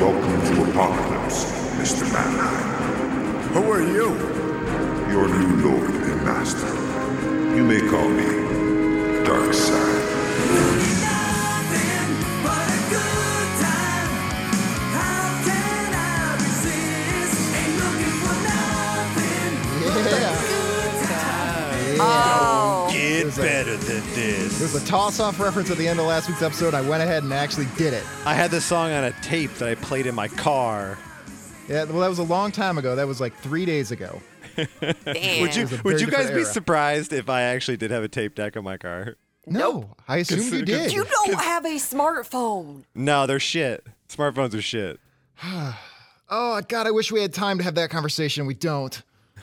Welcome to Apocalypse, Mr. Mannheim. Who are you? Your new lord and master. You may call me Darkseid. Oh. Get better than this. There's a toss off reference at the end of last week's episode. I went ahead and actually did it. I had this song on a tape that I played in my car. Yeah, well, that was a long time ago. That was like three days ago. Damn. Would you It was a would very you guys different be era. surprised if I actually did have a tape deck on my car? No, I assumed you did. You don't have a smartphone. No, they're shit. Smartphones are shit. Oh, God, I wish we had time to have that conversation. We don't.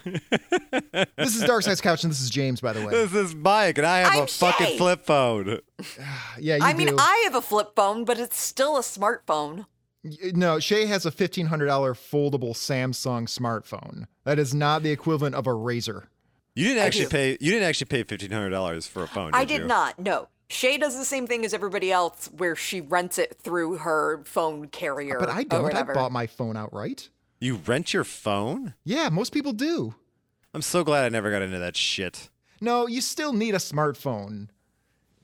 this is Dark Side's Couch, and this is James, by the way. This is Mike, and I have I'm a fucking Shay. flip phone. Yeah, you I mean, do. I have a flip phone, but it's still a smartphone. Y- No, Shay has a $1,500 foldable Samsung smartphone. That is not the equivalent of a razor. You didn't actually do. pay. You didn't actually pay fifteen hundred dollars for a phone. I did did you? not. No. Shay does the same thing as everybody else, where she rents it through her phone carrier. Uh, But I Oh, Or don't. I whatever. bought my phone outright. You rent your phone? Yeah, most people do. I'm so glad I never got into that shit. No, you still need a smartphone.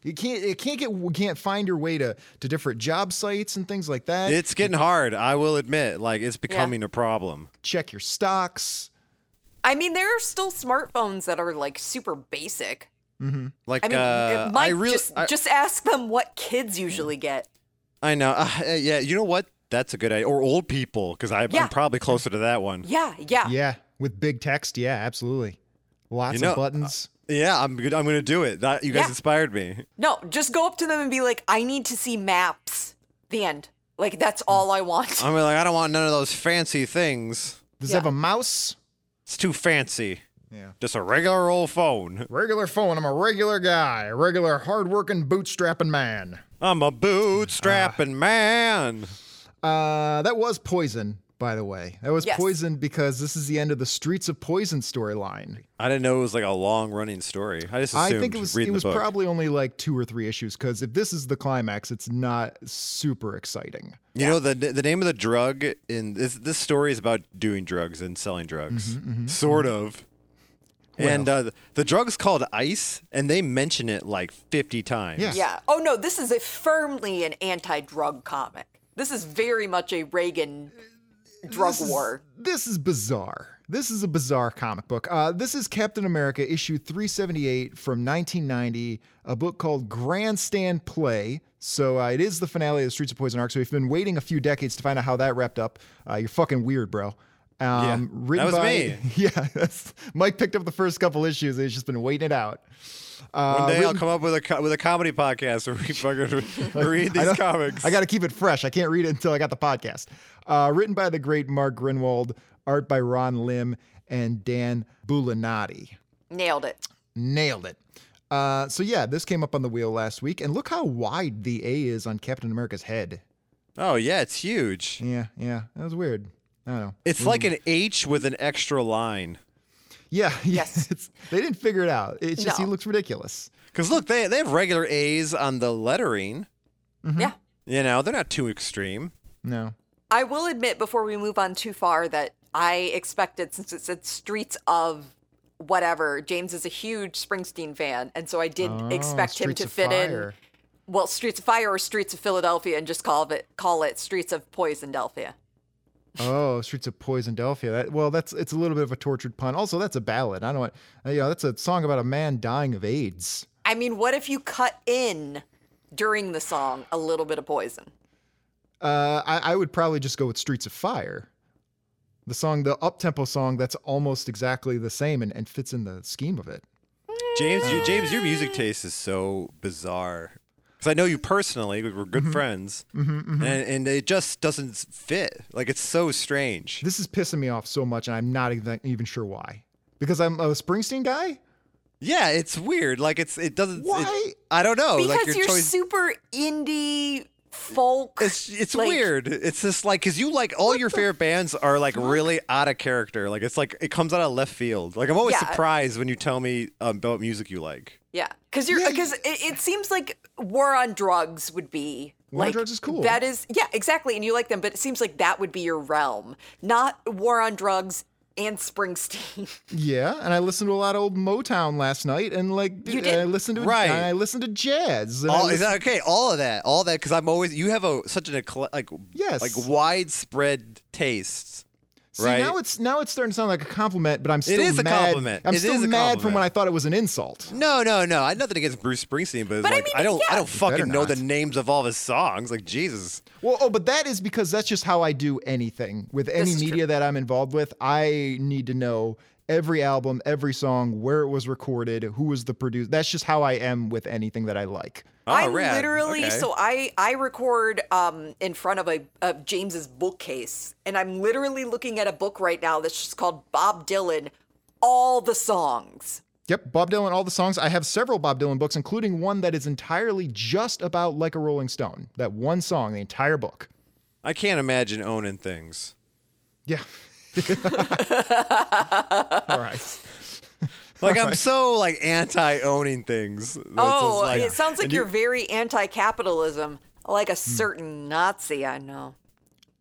You can't. It can't get. You can't find your way to to different job sites and things like that. It's getting hard. I will admit, like it's becoming a problem. Check your stocks. I mean, there are still smartphones that are like super basic. Like I mean, uh, it I might really, just, I, just ask them what kids usually get. I know. Uh, yeah, you know what? That's a good idea. Or old people, because Yeah. I'm probably closer to that one. Yeah, yeah. Yeah, with big text. Yeah, absolutely. Lots You know, uh, of buttons. Yeah, I'm good. I'm gonna do it. That, you guys Yeah. inspired me. No, just go up to them and be like, I need to see maps. The end. Like, that's Mm. all I want. I'm like, I don't want none of those fancy things. Does it yeah. have a mouse? It's too fancy. Yeah. Just a regular old phone. Regular phone. I'm a regular guy. A regular hardworking bootstrapping man. I'm a bootstrapping Ah. man. Uh, that was poison, by the way. That was Yes. poison because this is the end of the Streets of Poison storyline. I didn't know it was like a long running story. I just I assumed think it was reading it was the book. probably only like two or three issues because if this is the climax, it's not super exciting. you know the the name of the drug in this this story is about doing drugs and selling drugs, Mm-hmm, sort of. and uh, the drug's called ice, and they mention it like fifty times. Yeah. Yeah. Oh no, this is a firmly an anti-drug comic. This is very much a Reagan drug This is- war. This is bizarre. This is a bizarre comic book. Uh, this is Captain America issue 378 from 1990, a book called Grandstand Play. So uh, it is the finale of the Streets of Poison arc. So if you've been waiting a few decades to find out how that wrapped up, uh, you're fucking weird, bro. Um, written that was by, me. Yeah, that's, Mike picked up the first couple issues and he's just been waiting it out. Uh, One day written- I'll come up with a co- with a comedy podcast where we fucking read these I don't- comics. I got to keep it fresh. I can't read it until I got the podcast. Uh, written by the great Mark Grinwald, art by Ron Lim and Dan Bulinati. Nailed it. Nailed it. Uh, so yeah, this came up on the wheel last week, and look how wide the A is on Captain America's head. oh yeah, it's huge. Yeah, yeah, that was weird. I don't know. It's like an H with an extra line. Yeah, Yes. it's, they didn't figure it out. It's just No. he looks ridiculous. Cause look, they they have regular A's on the lettering. Mm-hmm. Yeah. You know, they're not too extreme. No. I will admit before we move on too far that I expected since it said streets of whatever, James is a huge Springsteen fan, and so I did expect Oh, him Streets to of fit Fire. in well, Streets of Fire or Streets of Philadelphia and just call it call it Streets of Poisondelphia. Oh, Streets of Poison Delphia. That, well, that's it's a little bit of a tortured pun. Also, that's a ballad. I don't want, you know, that's a song about a man dying of AIDS. I mean, what if you cut in during the song a little bit of poison? Uh, I, I would probably just go with Streets of Fire, the song, the up-tempo song that's almost exactly the same and, and fits in the scheme of it. James, Uh, you, James, your music taste is so bizarre. Because I know you personally, we we're Mm-hmm. good friends, And, and it just doesn't s- fit. Like it's so strange. This is pissing me off so much, and I'm not even, even sure why. Because I'm a Springsteen guy. Yeah, it's weird. Like it's it doesn't. it- Why? I don't know. because Oh, like your you're choice. super indie folk. it's it's like- weird. It's just like because you like all your favorite bands are like really out of character. Like it's like it comes out of left field. Like I'm always Yeah. surprised when you tell me um, about music you like. Yeah, because you're Yeah, because it, it seems like War on Drugs would be War on Like, Drugs is cool. That is, yeah, exactly. And you like them, but it seems like that would be your realm, not War on Drugs and Springsteen. yeah, and I listened to a lot of old Motown last night, and like You dude, did? I listened to Right. and I listened to jazz. and I All, listened- is that okay? All of that, all that, because I'm always you have a such an ecle- like Yes. like widespread tastes. See, right? now it's now it's starting to sound like a compliment, but I'm still is a mad. compliment. I'm It still is a mad from compliment. when I thought it was an insult. No, no, no. I had nothing against Bruce Springsteen, but, it's But I like, mean, I don't, yeah. I don't You better fucking know the not. names of all of his songs. Like Jesus, Well, oh, but that is because that's just how I do anything with any is true. media that I'm involved with. I need to know every album, every song, where it was recorded, who was the producer. That's just how I am with anything that I like. Oh, I'm rad. literally Okay. so I I record um in front of a of James's bookcase and I'm literally looking at a book right now that's just called Bob Dylan all the songs. Yep, Bob Dylan, all the songs. I have several Bob Dylan books, including one that is entirely just about Like a Rolling Stone. That one song, the entire book. I can't imagine owning things. Yeah. all right. Like I'm so like anti owning things. That's just oh, like- it sounds like and you're very anti-capitalism, like a certain Nazi I know.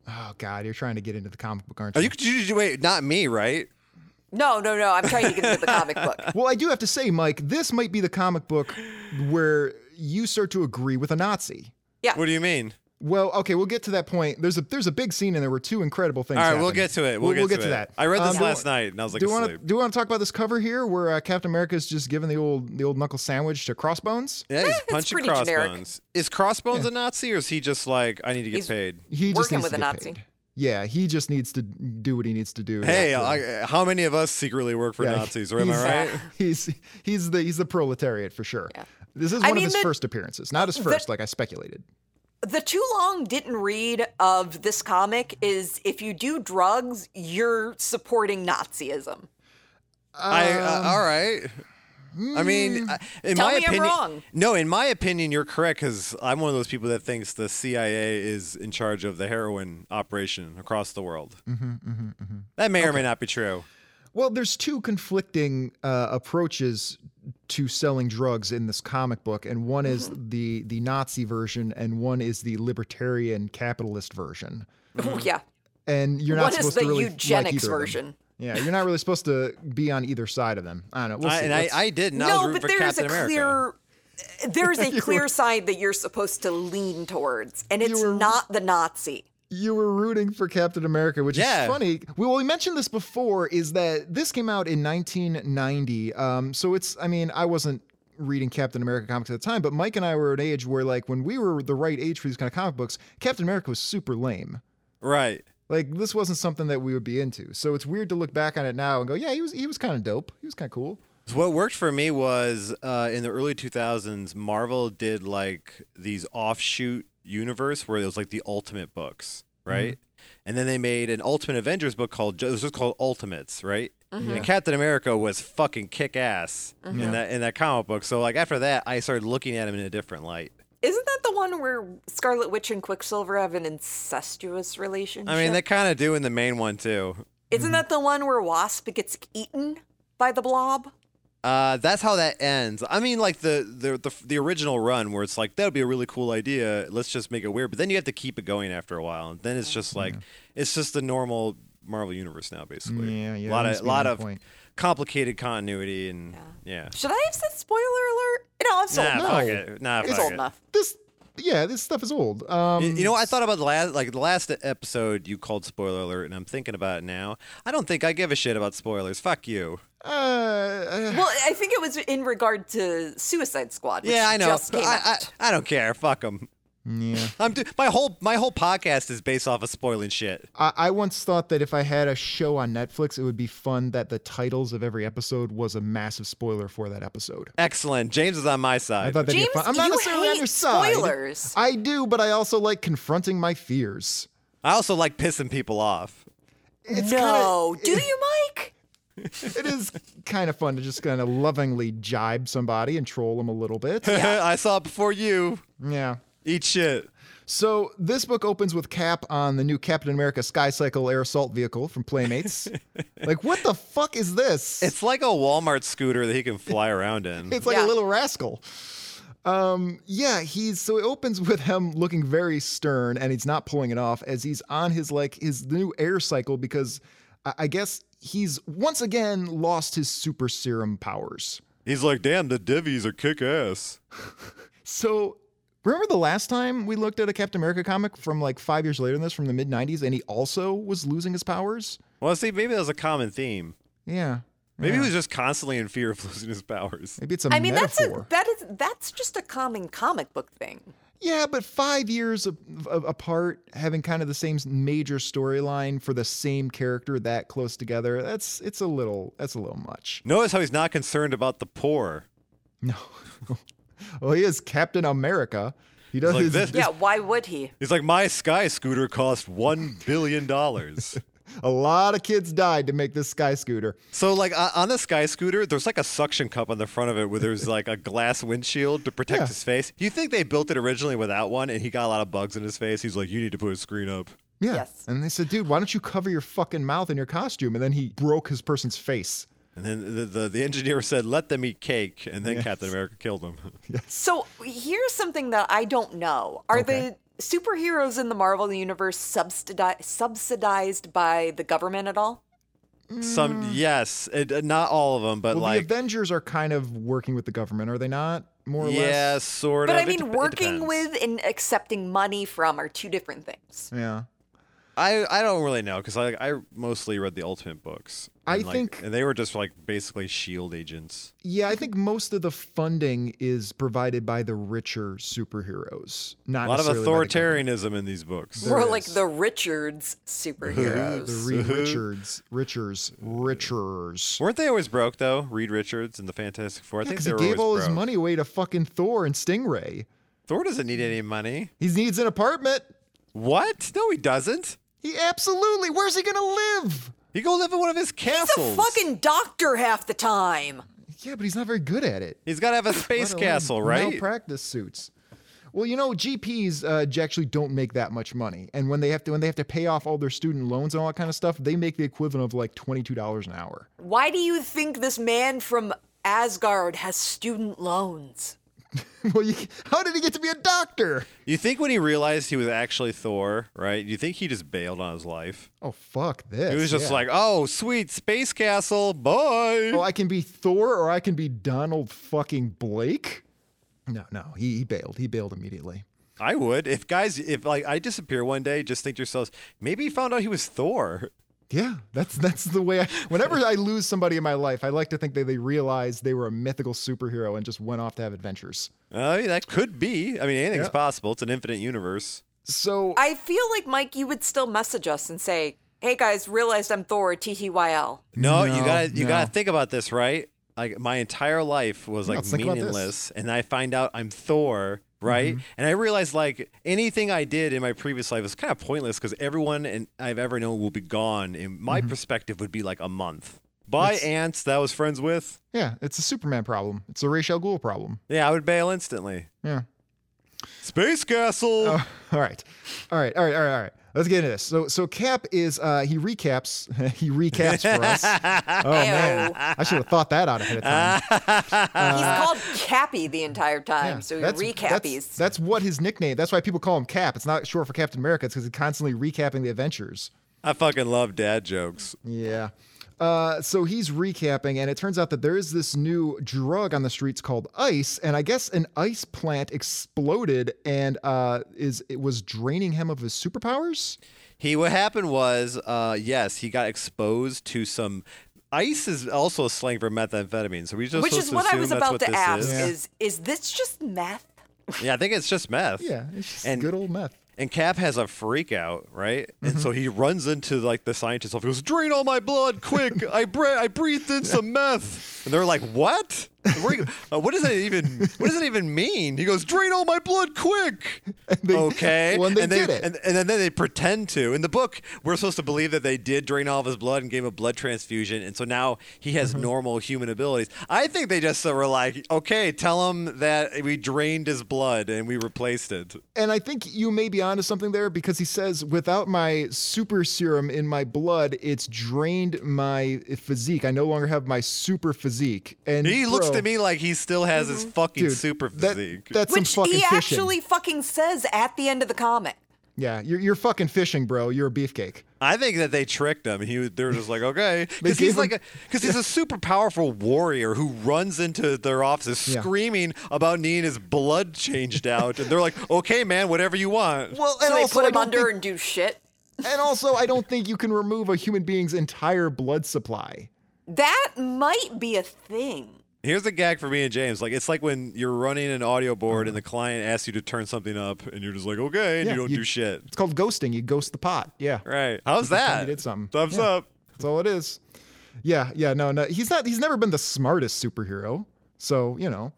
Oh, God, you're trying to get into the comic book, aren't Are Oh, you, you, you- wait? Not me, right? No, no, no, I'm trying to get into the comic book. Well, I do have to say, Mike, this might be the comic book where you start to agree with a Nazi. What do you mean? Well, okay, we'll get to that point. There's a there's a big scene in there where two incredible things. All right, we'll happen. get to it. We'll, we'll get to it. that. I read this Um, do- last night and I was like do you want asleep. to do you want to talk about this cover here, where uh, Captain America is just giving the old the old knuckle sandwich to Crossbones? Yeah, he's it's punching pretty generic. Crossbones. Is Crossbones a Nazi or is he just like I need to get He's- paid? He just Working needs with to a get Nazi. paid. Yeah, he just needs to do what he needs to do. Hey, Yeah. I, how many of us secretly work for Yeah, Nazis? Or am he's- uh, I right? He's he's the he's the proletariat for sure. This is I one of mean, his the- first appearances, not his first, like I speculated. The too long didn't read of this comic is if you do drugs, you're supporting Nazism. I um, uh, all right. I hmm. mean, I- in Tell my me I'm opinion, wrong. no. In my opinion, you're correct because I'm one of those people that thinks the CIA is in charge of the heroin operation across the world. Mm-hmm, That may or may not be true. Well, there's two conflicting uh, approaches to selling drugs in this comic book, and one is Mm-hmm. the the Nazi version, and one is the libertarian capitalist version. Mm-hmm. Oh yeah. And you're not What is supposed the to really like either eugenics of them. version? Yeah, you're not really supposed to be on either side of them. I don't know. We'll I, see. and I, Let's- I didn't. I was no, rooting but for there's Captain a America. clear there is a clear side that you're supposed to lean towards, and it's were- not the Nazi. you were rooting for Captain America, which Yeah. is funny. We, well, we mentioned this before is that this came out in 1990. Um, so it's, I mean, I wasn't reading Captain America comics at the time, but Mike and I were at an age where, like, when we were the right age for these kind of comic books, Captain America was super lame. right? Like, this wasn't something that we would be into. So it's weird to look back on it now and go, yeah, he was, he was kind of dope. He was kind of cool. So What worked for me was uh, in the early 2000s, Marvel did like these offshoot universe where it was like the Ultimate books, right? And then they made an Ultimate Avengers book called it was just called Ultimates, right? And Captain America was fucking kick ass in that in that comic book. So like after that, I started looking at him in a different light. Isn't that the one where Scarlet Witch and Quicksilver have an incestuous relationship? I mean, they kind of do in the main one too. isn't that the one where Wasp gets eaten by the Blob? Uh, that's how that ends. I mean, like the, the the the original run where it's like that would be a really cool idea. Let's just make it weird, but then you have to keep it going after a while, and then it's just like it's just the normal Marvel universe now, basically. Yeah, A yeah, lot that of must be lot the of point. complicated continuity and yeah. Should I have said spoiler alert? No, I'm sold. Nah, no. fuck it. Nah, It's fuck old it. enough. This, yeah, this stuff is old. Um, You- You know, I thought about the last like the last episode you called spoiler alert, and I'm thinking about it now. I don't think I give a shit about spoilers. Fuck you. uh, Well, I think it was in regard to Suicide Squad. Which yeah, I know. Just came I, I out. I don't care. Fuck them. yeah. I'm do- my whole my whole podcast is based off of spoiling shit. I, I once thought that if I had a show on Netflix, it would be fun that the titles of every episode was a massive spoiler for that episode. Excellent. James is on my I side. thought that'd be James, fun. I'm not you necessarily on hate your side. spoilers. I do, but I also like confronting my fears. I also like pissing people off. no, do you, Mike? It is kind of fun to just kind of lovingly jibe somebody and troll them a little bit. I saw it before you. yeah. Eat shit. So this book opens with Cap on the new Captain America Sky Cycle Air Assault Vehicle from Playmates. like, what the fuck is this? It's like a Walmart scooter that he can fly around in. It's like Yeah. a little rascal. Um, yeah, he's so it opens with him looking very stern, and he's not pulling it off as he's on his like his new air cycle because I, I guess he's once again lost his super serum powers. He's like, damn, the divvies are kick ass. So remember the last time we looked at a Captain America comic from like five years later than this, from the mid '90s, and he also was losing his powers. Well, see, maybe that was a common theme. Yeah, Maybe yeah. he was just constantly in fear of losing his powers. maybe it's a I mean, that's a, metaphor. that is that's just a common comic book thing. yeah, but five years a- a- apart, having kind of the same major storyline for the same character that close together—that's it's a little that's a little much. Notice how he's not concerned about the poor. No, well, he is Captain America. He does like his- this. Yeah, why would he? He's like, my sky scooter cost one billion dollars. a lot of kids died to make this sky scooter. so, like o- on the sky scooter, there's like a suction cup on the front of it where there's like a glass windshield to protect Yeah. his face. Do you think they built it originally without one? And he got a lot of bugs in his face. He's like, you need to put a screen up. Yeah. Yes. And they said, dude, why don't you cover your fucking mouth in your costume? And then he broke his person's face. And then the the, the engineer said, let them eat cake. And then Captain America killed him. So here's something that I don't know: Are the superheroes in the Marvel universe subsidized subsidized by the government at all? Hmm. Some yes, it, uh, not all of them, but Well, like the Avengers are kind of working with the government, are they not? More or yeah, sort But of. I It mean, dep- it working depends. with and accepting money from are two different things. less? Yeah. I I don't really know because I I mostly read the Ultimate books. I and, like- think- and they were just like basically Shield agents. Yeah, I think most of the funding is provided by the richer superheroes. Not A lot of necessarily by the authoritarianism in these books. More like the Richards superheroes. government. The Reed Richards, Richards, Richers. Weren't they always broke though? Reed Richards and the Fantastic Four. I think Because they he were always gave all broke. his money away to fucking Thor and Stingray. Thor doesn't need any money. He needs an apartment. What? No, he doesn't. He absolutely. Where's he gonna live? He go live in one of his He's a castles. fucking doctor half the time. Yeah, but he's not very good at it. He's got to have a space castle, right? Malpractice suits. Well, you know, GPs uh, j- actually don't make that much money, and when they have to when they have to pay off all their student loans and all that kind of stuff, they make the equivalent of like twenty two dollars an hour. Why do you think this man from Asgard has student loans? well, you, how did he get to be a doctor? you think when he realized he was actually Thor, right? You think he just bailed on his life? Oh fuck this! He was just yeah. like, "Oh, sweet space castle, bye." oh, I can be Thor or I can be Donald fucking Blake. No, no, he, he bailed. He bailed immediately. I would. If guys, if like I disappear one day, just think to yourselves, maybe you found out he was Thor. Yeah, that's that's the way. I, whenever I lose somebody in my life, I like to think that they realized they were a mythical superhero and just went off to have adventures. Uh, yeah, that could be. I mean, anything's Yeah. possible. It's an infinite universe. So I feel like, Mike, you would still message us and say, hey guys, realized I'm Thor, TTYL. No, you No, gotta you no. gotta think about this, right? Like my entire life was No, like let's think about this. Mm-hmm. meaningless, and I find out I'm Thor, right? And I realized like anything I did in my previous life was kind of pointless because everyone and I've ever known will be gone. And my Mm-hmm. perspective would be like a month. Bye, ants that I was friends with. yeah, it's a Superman problem. It's a Rachel Ghoul problem. Yeah, I would bail instantly. Yeah. Space castle. Oh, all right. All right. All right. All right. All right. Let's get into this. So, so Cap is uh, he recaps he recaps for us. Oh man, I should have thought that out ahead of time. He's called Cappy the entire time, Yeah, so he that's- That's, recappies. that's what his nickname. That's why people call him Cap. It's not short for Captain America. It's because he's constantly recapping the adventures. I fucking love dad jokes. Yeah. Uh, so he's recapping, and it turns out that there is this new drug on the streets called ice, and I guess an ice plant exploded and uh, is it was draining him of his superpowers. He what happened was, uh, yes, he got exposed to some. Ice is also slang for methamphetamine, so we just Which supposed is to what I assume was that's about what to this ask Is. Yeah. is, is this just meth? Yeah, I think it's just meth. Yeah, it's just And- good old meth. And Cap has a freak out, right? And Mm-hmm. so he runs into like the scientist office. He goes, "Drain all my blood, quick! I bre- I breathed in some meth." And they're like, "What? Where you- uh, what does that even? What does that even mean?" He goes, "Drain all my blood, quick!" they- okay. well, and they and did it. And, and then they pretend to. In the book, we're supposed to believe that they did drain all of his blood and gave him a blood transfusion, and so now he has Mm-hmm. normal human abilities. I think they just uh, were like, "Okay, tell him that we drained his blood and we replaced it." And I think you may be onto something there because he says, without my super serum in my blood, it's drained my physique. I no longer have my super physique. And He looks to me like he still has his fucking Mm-hmm. dude, super that- physique. that's Which some fucking he fishing. actually fucking says at the end of the comic. yeah, you're, you're fucking fishing, bro. You're a beefcake. I think that they tricked him. He was- they were just like, okay, They because gave he's like him- a because he's a super powerful warrior who runs into their offices Yeah. screaming about needing his blood changed out, and they're like, okay, man, whatever you want. Well, and So they also put I him don't under think- and do shit. and also I don't think you can remove a human being's entire blood supply. That might be a thing. Here's a gag for me and James. Like it's like when you're running an audio board and the client asks you to turn something up, and you're just like, okay, and Uh-huh. Yeah, you don't you- do shit. It's called ghosting. You ghost the pot. Yeah. Right? How's that? did something. Thumbs Yeah. up. That's all it is. Yeah, yeah, no, no. He's not he's never been the smartest superhero. So, you know.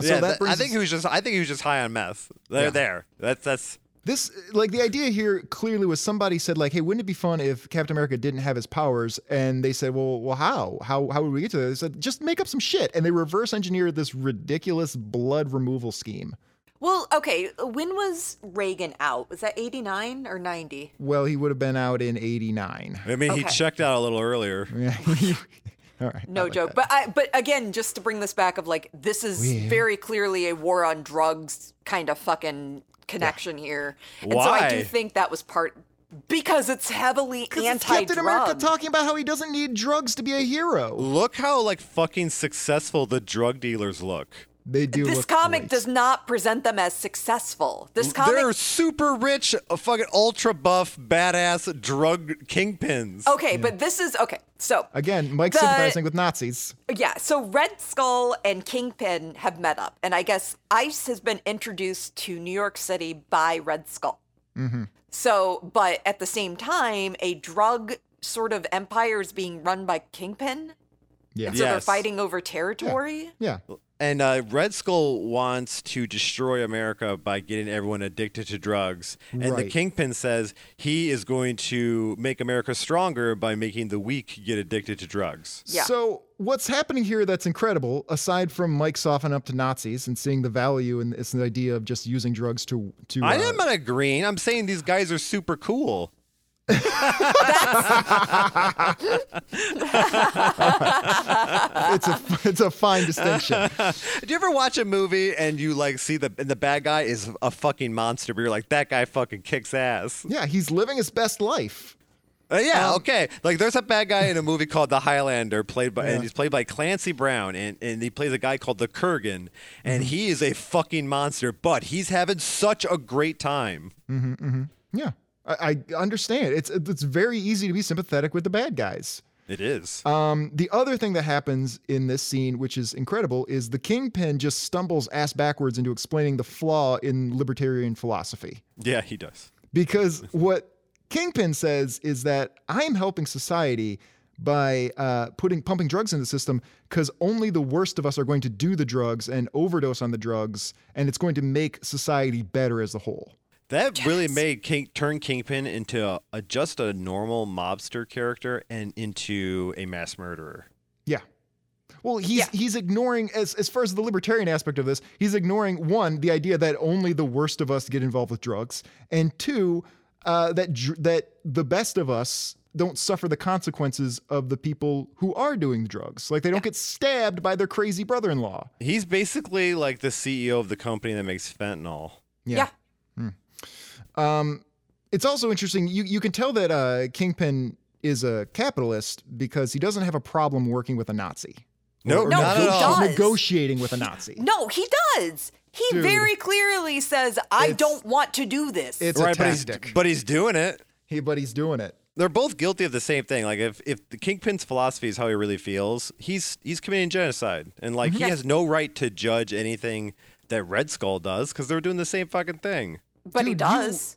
So yeah, that that- brings I think he was just I think he was just high on meth. There, Yeah. there. That's that's This like the idea here clearly was somebody said like, "Hey, wouldn't it be fun if Captain America didn't have his powers?" And they said, "Well, well, how? How how would we get to that?" They said, "Just make up some shit." And they reverse engineered this ridiculous blood removal scheme. Well, okay. When was Reagan out? Was that 89 or 90? Well, he would have been out in '89. I mean, he Okay. checked out a little earlier. all right. No joke. But I but again, just to bring this back of like this is very clearly a war on drugs kind of fucking connection here. And so I Why? do think that was part because it's heavily It's anti Captain America drug. talking about how he doesn't need drugs to be a hero. Look how like fucking successful the drug dealers look. They do. This look comic great. does not present them as successful. This comic They're super rich, uh, fucking ultra buff, badass drug kingpins. Okay, but this is okay. So Again, Mike The- sympathizing with Nazis. Yeah, so Red Skull and Kingpin have met up, and I guess ICE has been introduced to New York City by Red Skull. Mm-hmm. So, but at the same time, a drug sort of empire is being run by Kingpin, Yeah. so they're Yes. fighting over territory. Yeah. And uh, Red Skull wants to destroy America by getting everyone addicted to drugs. And the Right. Kingpin says he is going to make America stronger by making the weak get addicted to drugs. Yeah. So what's happening here that's incredible, aside from Mike softening up to Nazis and seeing the value in this idea of just using drugs to to I uh, am not agreeing. I'm saying these guys are super cool. it's a it's a fine distinction. Did you ever watch a movie and you like see the and the bad guy is a fucking monster, but you're like that guy fucking kicks ass. Yeah, he's living his best life. Uh, yeah, okay. Like there's a bad guy in a movie called The Highlander, played by and he's played by Clancy Brown, and, and he plays a guy called the Kurgan, and he is a fucking monster, but he's having such a great time. Yeah. I, I understand. It's it's very easy to be sympathetic with the bad guys. It is. Um, the other thing that happens in this scene, which is incredible, is the kingpin just stumbles ass backwards into explaining the flaw in libertarian philosophy. yeah, he does. because what Kingpin says is that I'm helping society by uh, putting pumping drugs in the system because only the worst of us are going to do the drugs and overdose on the drugs, and it's going to make society better as a whole. That really made King turn Kingpin into a, a just a normal mobster character and into a mass murderer. Yeah. Well, he's he's ignoring as as far as the libertarian aspect of this, he's ignoring one the idea that only the worst of us get involved with drugs, and two uh, that dr- that the best of us don't suffer the consequences of the people who are doing the drugs. Like they don't get stabbed by their crazy brother-in-law. He's basically like the CEO of the company that makes fentanyl. Yeah. Yeah. Um, it's also interesting. You you can tell that uh, Kingpin is a capitalist because he doesn't have a problem working with a Nazi. Nope, Or No, not he at all. does. Negotiating with a Nazi. No, he does. He Dude. very clearly says, "I It's- don't want to do this." It's a Right, but he's, tactic. but he's doing it. Hey, but he's doing it. they're both guilty of the same thing. Like if if the kingpin's philosophy is how he really feels, he's he's committing genocide, and like Mm-hmm. he has no right to judge anything that Red Skull does because they're doing the same fucking thing. but dude, he you- does.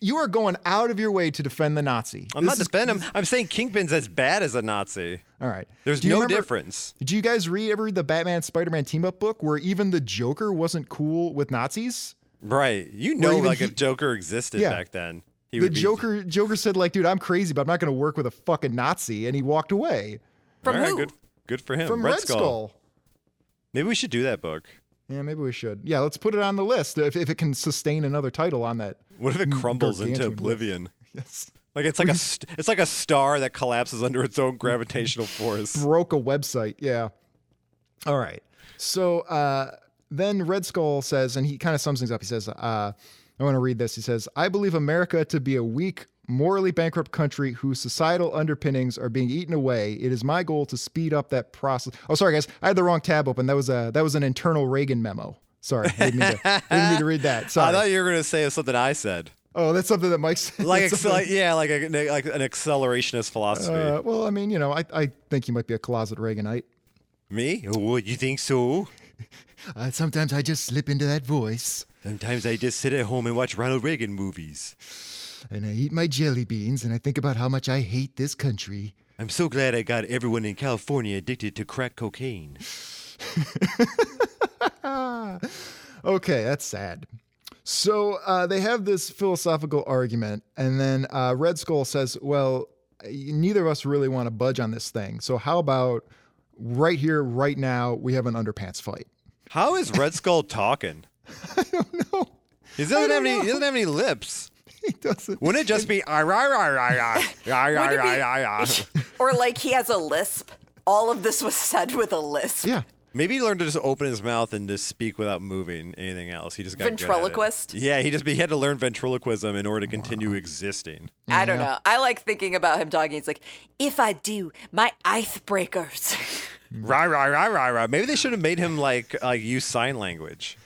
You are going out of your way to defend the Nazi. I'm not defending him. I'm saying Kingpin's as bad as a Nazi. All right. There's Do you no remember- difference. Did you guys read ever read the Batman Spider Man team up book where even the Joker wasn't cool with Nazis? Right. You know, even like he- if Joker existed Yeah. back then, he the would be- Joker Joker said like, dude, I'm crazy, but I'm not going to work with a fucking Nazi, and he walked away From All right, who? Good, good for him. from Red, Skull. Skull. Maybe we should do that book. Yeah, maybe we should. Yeah, let's put it on the list if, if it can sustain another title on that. What if it crumbles into gargantuan list. oblivion? Yes. Like it's like a st- it's like a star that collapses under its own gravitational force. Broke a website. Yeah. All right. So uh, then Red Skull says, and he kind of sums things up. He says, uh, I want to read this. He says, I believe America to be a weak, morally bankrupt country whose societal underpinnings are being eaten away. It is my goal to speed up that process. Oh, sorry, guys. I had the wrong tab open. That was, a, that was an internal Reagan memo. Sorry. I didn't mean to, I didn't mean to read that. I Sorry. thought you were gonna say something I said, oh, that's something that Mike said. like, That's acce- like- yeah, like a, like an accelerationist philosophy. Uh, well, I mean, you know, I, I think you might be a closet Reaganite. Me? What you think so? Uh, sometimes I just slip into that voice Sometimes I just sit at home and watch Ronald Reagan movies. and I eat my jelly beans and I think about how much I hate this country. I'm so glad I got everyone in California addicted to crack cocaine. Okay, that's sad. So uh, they have this philosophical argument, and then uh, Red Skull says, Well, neither of us really want to budge on this thing. So, how about right here, right now, we have an underpants fight? How is Red Skull talking? I don't know. He doesn't have any. He doesn't have any lips. He doesn't. Wouldn't it just be "Ah, rah, rah, rah, rah, rah, rah, Wouldn't it be- rah, rah, rah"? Or like he has a lisp. All of this was said with a lisp. Yeah. Maybe he learned to just open his mouth and just speak without moving anything else. He just got good at it. Ventriloquist? Yeah, he just he had to learn ventriloquism in order to continue existing. I don't know. I like thinking about him talking. He's like, if I do, my icebreakers. Mm. Rah rah rah rah rah. Maybe they should have made him like like use sign language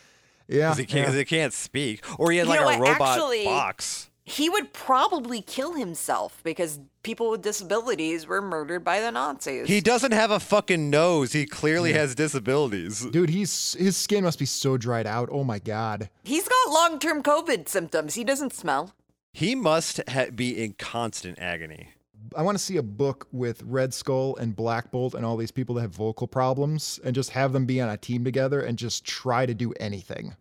Yeah. because he can't yeah. 'cause he can't speak, or he had You like know a what, robot actually- box. he would probably kill himself because people with disabilities were murdered by the Nazis. He doesn't have a fucking nose. He clearly has disabilities. Dude, he's, his skin must be so dried out. Oh my God. He's got long term COVID symptoms. He doesn't smell. He must ha- be in constant agony. I want to see a book with Red Skull and Black Bolt and all these people that have vocal problems and just have them be on a team together and just try to do anything.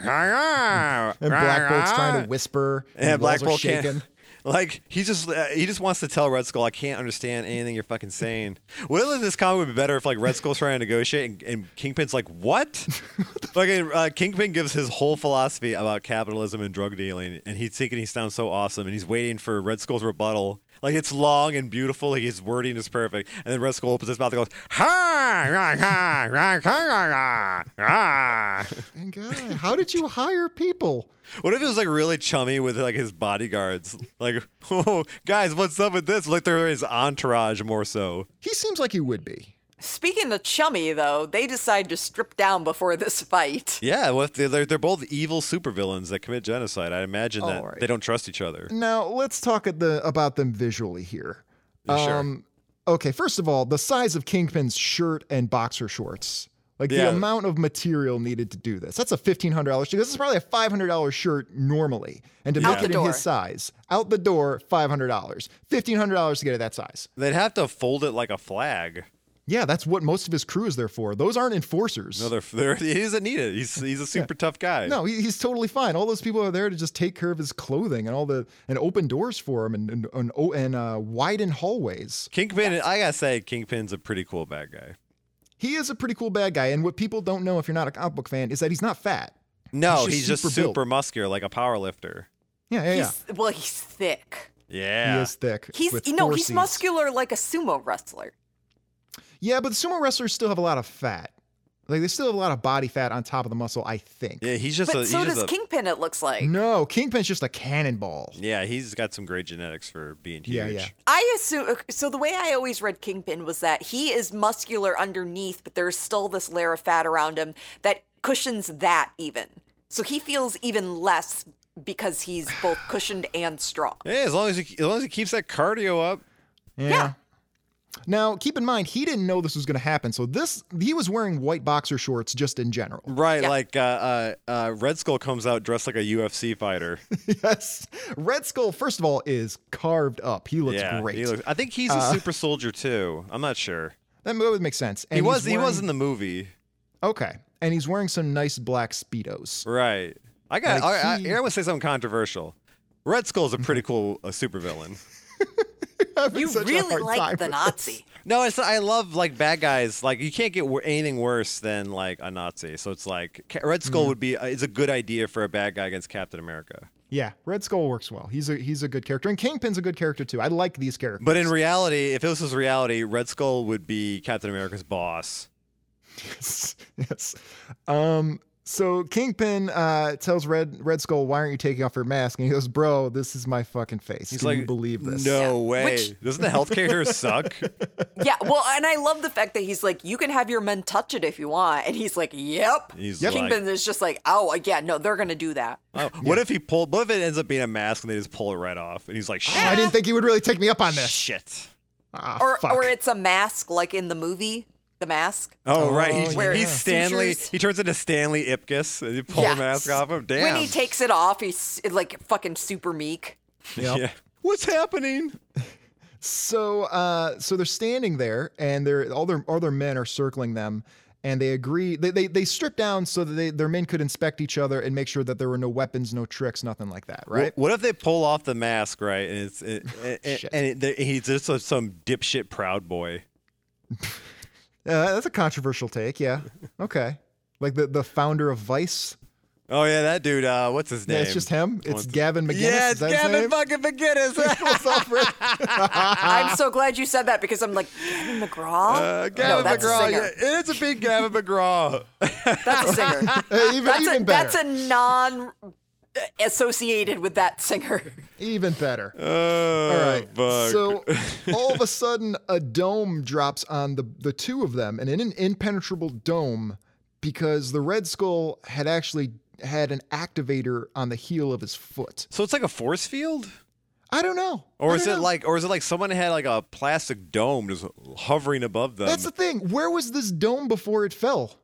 And Black Bolt's trying to whisper and, And the walls Black are Bolt shaking. can't. Like he just uh, he just wants to tell Red Skull, I can't understand anything you're fucking saying. Wouldn't this comic would be better if like Red Skull's trying to negotiate and, and Kingpin's like, what? Fucking uh, Kingpin gives his whole philosophy about capitalism and drug dealing, and he's thinking he sounds so awesome, and he's waiting for Red Skull's rebuttal. Like it's long and beautiful, like his wording is perfect, and then Red Skull opens his mouth and goes, ha, rah, ha, rah, ha, rah, rah, rah. And God, how did you hire people? What if he was like really chummy with like his bodyguards? Like, oh, guys, what's up with this? Like they're his entourage more so. He seems like he would be. Speaking of chummy, though, they decide to strip down before this fight. Yeah, well, if they're, they're they're both evil supervillains that commit genocide. I imagine that Alright. they don't trust each other. Now let's talk at the about them visually here. Sure. Um, okay, first of all, the size of Kingpin's shirt and boxer shorts. Like Yeah. the amount of material needed to do this. That's a fifteen hundred dollar shirt. This is probably a five hundred dollar shirt normally, and to Out make the it in door. his size, out the door, five hundred dollars, fifteen hundred dollars to get it that size. They'd have to fold it like a flag. Yeah, that's what most of his crew is there for. Those aren't enforcers. No, they're, they're, he doesn't need it. He's he's a super tough guy. No, he, he's totally fine. All those people are there to just take care of his clothing and all the and open doors for him and and and, oh, and uh, widen hallways. Kingpin, I gotta say, Kingpin's a pretty cool bad guy. He is a pretty cool bad guy. And what people don't know, if you're not a comic book fan, is that he's not fat. No, just he's just, super built. super muscular, like a power lifter. Yeah, yeah, yeah. He's, well, he's thick. Yeah. He is thick. He's with you know four he's Cs. muscular like a sumo wrestler. Yeah, but sumo wrestlers still have a lot of fat. Like they still have a lot of body fat on top of the muscle. I think. yeah, he's just But a. so he's does just a Kingpin. It looks like. No, Kingpin's just a cannonball. yeah, he's got some great genetics for being huge. Yeah, yeah. I assume so. The way I always read Kingpin was that he is muscular underneath, but there's still this layer of fat around him that cushions that even. So he feels even less because he's both cushioned and strong. Yeah, as long as he as long as he keeps that cardio up. Yeah. Yeah. Now, keep in mind, he didn't know this was going to happen. So this, he was wearing white boxer shorts just in general. Right, like uh, uh, uh, Red Skull comes out dressed like a UFC fighter. Yes. Red Skull, first of all, is carved up. He looks yeah, great. he looks- I think he's a super soldier too. I'm not sure. that would make sense. And He he's was he wearing- was in the movie, Okay. And he's wearing some nice black Speedos. right? I got. Like, I, he- I, I would say something controversial. Red Skull's a pretty cool uh, supervillain. Having You such a really hard time like the with Nazi. No, it's I love like bad guys. Like you can't get wor- anything worse than like a Nazi. So it's like Ca- Red Skull would be uh, is a good idea for a bad guy against Captain America. this. Yeah, Red Skull works well. He's a he's a good character. And Kingpin's a good character too. I like these characters. But in reality, if this was reality, Red Skull would be Captain America's boss. yes. Yes. Um, so Kingpin uh, tells Red Red Skull, "Why aren't you taking off your mask?" And he goes, "Bro, this is my fucking face. He's Can like, you believe this?" No way. Which- Doesn't the healthcare here suck? Yeah, well, and I love the fact that he's like, you can have your men touch it if you want, and he's like, yep. He's Yep. like- Kingpin is just like, oh yeah, no, they're gonna do that. Oh, What if he pulled? What if it ends up being a mask and they just pull it right off? And he's like, shit, Oh, I didn't think he would really take me up on this. shit. Ah, Or fuck. or it's a mask like in the movie, the mask. Oh, right, he, Where he's yeah. Stanley. seizures- He turns into Stanley Ipkiss and you pull Yes. the mask off him. Damn. When he takes it off, he's like fucking super meek. Yep. Yeah. What's happening? So, uh, so they're standing there, and they're all their all their men are circling them, and they agree. They they, they strip down so that they, their men could inspect each other and make sure that there were no weapons, no tricks, nothing like that, right? What, what if they pull off the mask, right? And it's it, and, Shit. and it, they- he's just a, some dipshit proud boy. Uh, that's a controversial take, yeah. Okay, like the the founder of Vice. Oh yeah, that dude. Uh, what's his name? Yeah, it's just him. It's What's- Gavin McGinnis. Yeah, is it's that his Gavin name? fucking McGinnis. What's up, Rick? Ah. I'm so glad you said that because I'm like Gavin McGraw. Uh, no, Gavin that's A McGraw. singer. Yeah, it's a big Gavin McGraw. That's a singer. Uh, even, That's even a, better. that's a non uh, associated with that singer. even better. Oh, All right. fuck. So all of a sudden, a dome drops on the the two of them, and in an impenetrable dome, because the Red Skull had actually had an activator on the heel of his foot. So it's like a force field, I don't know. or I is don't it know. like, or is it like someone had like a plastic dome just hovering above them? That's the thing. Where was this dome before it fell?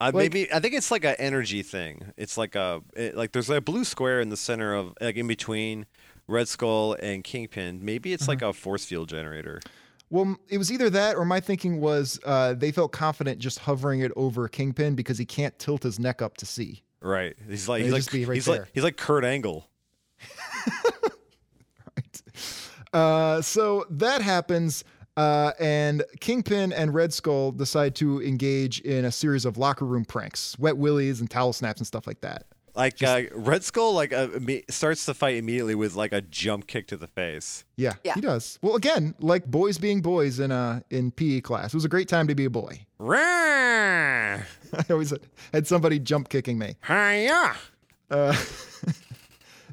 I like- maybe I think it's like an energy thing. It's like a it, like there's a blue square in the center of like in between Red Skull and Kingpin. Maybe it's like a force field generator. Well, m- it was either that, or my thinking was uh, they felt confident just hovering it over Kingpin because he can't tilt his neck up to see. Right. He's like It'd he's just like be right he's there. like he's like Kurt Angle. Uh, so that happens, uh, and Kingpin and Red Skull decide to engage in a series of locker room pranks, wet willies and towel snaps and stuff like that. Like uh, Red Skull like uh, imme- starts the fight immediately with like a jump kick to the face. Yeah, Yeah. he does. Well, again, like boys being boys in uh in PE class, it was a great time to be a boy. Rawr! I always had- had somebody jump kicking me. Hiya! Uh,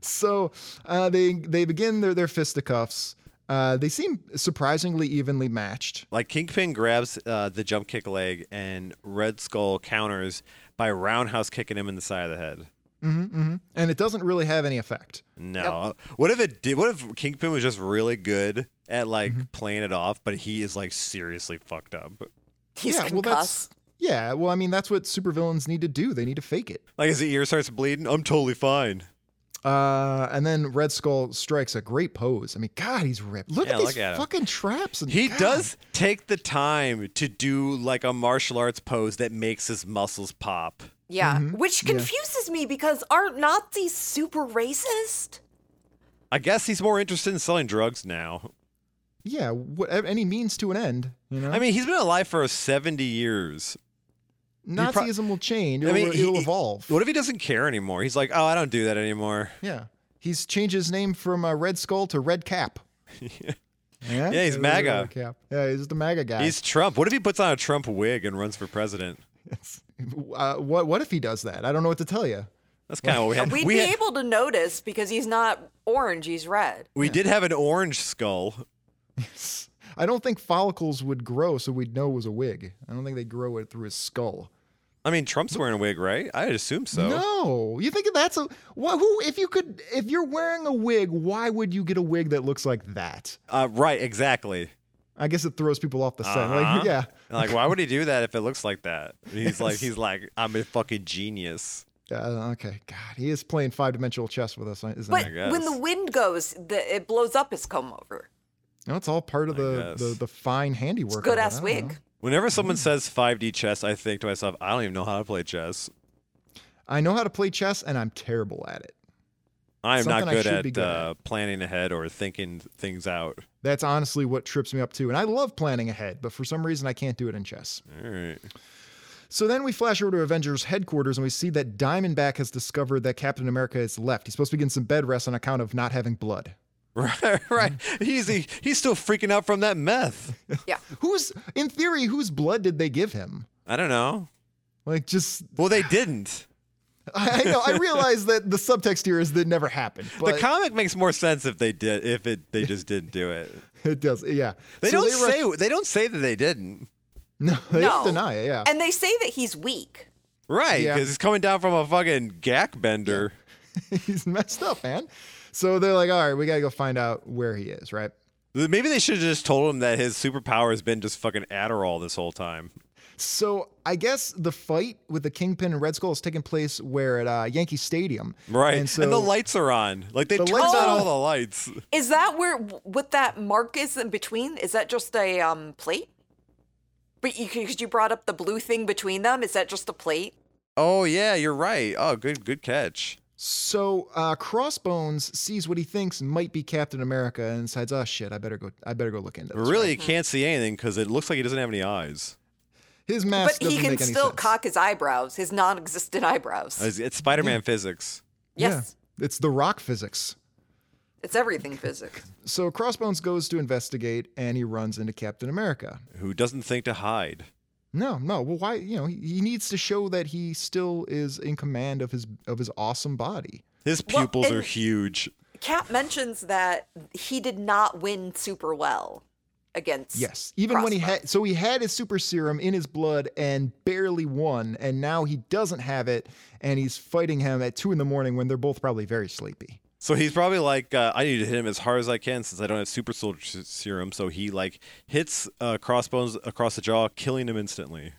So uh, they they begin their their fisticuffs. Uh, they seem surprisingly evenly matched. Like Kingpin grabs uh, the jump kick leg and Red Skull counters by roundhouse kicking him in the side of the head. and it doesn't really have any effect. No. What if it did? What if Kingpin was just really good at like playing it off, but he is like seriously fucked up? He's yeah, well, that's concussed. yeah. Well, I mean, that's what supervillains need to do. They need to fake it. Like his ear starts bleeding. I'm totally fine. Uh, and then Red Skull strikes a great pose. I mean, God, he's ripped. Look Yeah, at these look at him. fucking traps. And He God. does take the time to do like a martial arts pose that makes his muscles pop. yeah, Mm-hmm. which confuses me because aren't Nazis super racist? I guess he's more interested in selling drugs now. Yeah, whatever, any means to an end. You know, I mean, he's been alive for 70 years. Nazism pro- will change. I It'll, mean, he- it'll he- evolve. What if he doesn't care anymore? He's like, oh, I don't do that anymore. yeah, he's changed his name from uh, Red Skull to Red Cap. yeah, Yeah, he's Red MAGA. Cap. Yeah, he's the MAGA guy. He's Trump. What if he puts on a Trump wig and runs for president? uh, what? What if he does that? I don't know what to tell you. That's kind of what we had. We'd we be had- able to notice because he's not orange, he's red. We did have an orange skull. I don't think follicles would grow, so we'd know it was a wig. I don't think they grow it through his skull. I mean, Trump's wearing a wig, right? I assume so. No, you think that's a wha- who? If you could, if you're wearing a wig, why would you get a wig that looks like that? Uh, right, exactly. I guess it throws people off the scent. Uh-huh. Like, yeah, Like, why would he do that if it looks like that? And he's like, he's like, I'm a fucking genius. uh, okay. God, he is playing five dimensional chess with us, isn't But he? guess. when the wind goes, the, it blows up his comb over. No, it's all part of the guess. the, the fine handiwork. of Good it. I ass don't wig. know. Whenever someone says 5D chess, I think to myself, I don't even know how to play chess. I know how to play chess, and I'm terrible at it. I'm not Something I good should at, be good uh, planning ahead or thinking things out. That's honestly what trips me up too. And I love planning ahead, but for some reason I can't do it in chess. All right. So then we flash over to Avengers headquarters and we see that Diamondback has discovered that Captain America is left. He's supposed to be getting some bed rest on account of not having blood. Right, right. He's he, he's still freaking out from that meth. Yeah. Who's in theory, whose blood did they give him? I don't know. Like just Well, they didn't. I, I know I realize that the subtext here is that it never happened, but the comic makes more sense if they did. If it they just didn't do it. it does. Yeah, They So don't re- say. they don't say that they didn't. no. They No. deny it. Yeah, And they say that he's weak. Right, Yeah. because he's coming down from a fucking gack bender. he's messed up, man. So they're like, all right, we gotta go find out where he is, right? Maybe they should have just told him that his superpower has been just fucking Adderall this whole time. So I guess the fight with the Kingpin and Red Skull is taking place where at uh, Yankee Stadium, Right, And and, so the lights are on. Like they The turned lights on are- all the lights. Is that where what that mark is in between? Is that just a um plate? But you because you brought up the blue thing between them, is that just a plate? Oh yeah, you're right. Oh, good, good catch. So uh, Crossbones sees what he thinks might be Captain America and decides, oh shit, I better go. I better go look into this. really, you can't see anything because it looks like he doesn't have any eyes. His mask but he doesn't can make any still sense. cock his eyebrows, his non-existent eyebrows. It's, it's Spider-Man physics. yes, Yeah, it's the rock physics. it's everything physics. So Crossbones goes to investigate and he runs into Captain America. Who doesn't think to hide? No, no. Well, why? You know, he, he needs to show that he still is in command of his of his awesome body. His Well, pupils are and- huge. Cap mentions that he did not win super well against. Yes, even when he had so he had his super serum in his blood and barely won, and now he doesn't have it, and he's fighting him at two in the morning when they're both probably very sleepy. So he's probably like, uh, I need to hit him as hard as I can since I don't have super soldier s- serum. So he like hits uh, crossbones across the jaw, killing him instantly.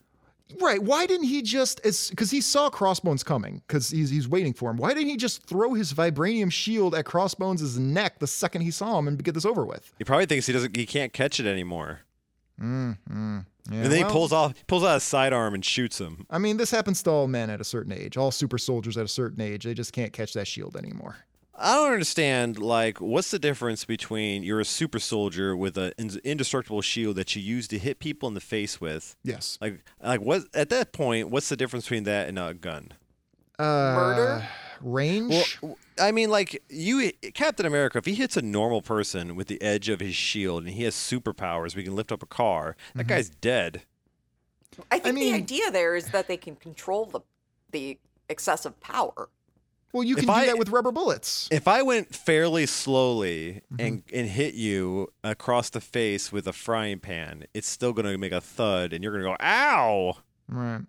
Right? Why didn't he just as because he saw Crossbones coming because he's he's waiting for him. Why didn't he just throw his vibranium shield at Crossbones' neck the second he saw him and get this over with? He probably thinks he doesn't, he can't catch it anymore. Yeah, and then well, he pulls off, pulls out his sidearm and shoots him. I mean, this happens to all men at a certain age. All super soldiers at a certain age, they just can't catch that shield anymore. I don't understand. Like, what's the difference between you're a super soldier with an indestructible shield that you use to hit people in the face with? Yes. Like, like what at that point? What's the difference between that and a gun? Murder? Uh, range. Well, w- I mean, like you, Captain America, if he hits a normal person with the edge of his shield and he has superpowers, we can lift up a car. That guy's dead. I think mean- the idea there is that they can control the the excessive power. Well, you If can do I- that with rubber bullets. If I went fairly slowly and and hit you across the face with a frying pan, it's still gonna make a thud, and you're gonna go, "Ow!" Right.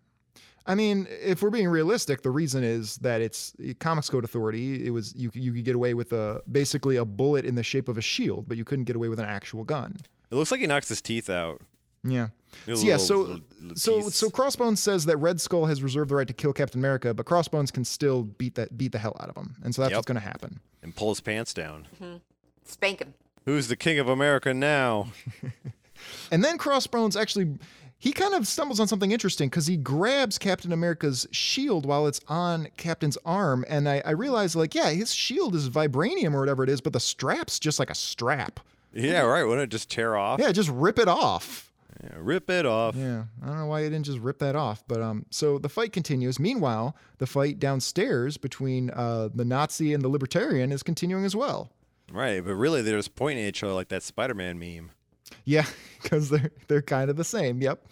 I mean, if we're being realistic, the reason is that it's eh, Comics Code Authority. It was you. You could get away with a basically a bullet in the shape of a shield, but you couldn't get away with an actual gun. It looks like he knocks his teeth out. Yeah. Little- So, yeah. little- So, little- little so, piece. so Crossbones says that Red Skull has reserved the right to kill Captain America, but Crossbones can still beat that beat the hell out of him, and so that's Yep. what's going to happen. and pull his pants down. Spank him. Who's the king of America now? And then Crossbones actually, he kind of stumbles on something interesting because he grabs Captain America's shield while it's on Captain's arm. And I, I realized, like, yeah, his shield is vibranium or whatever it is, but the strap's just like a strap. yeah, right. Wouldn't it just tear off? Yeah, just rip it off. Yeah, rip it off. Yeah, I don't know why he didn't just rip that off. But um, so the fight continues. Meanwhile, the fight downstairs between uh, the Nazi and the Libertarian is continuing as well. Right, but really they're just pointing at each other like that Spider-Man meme. Yeah, because they're they're kind of the same. Yep.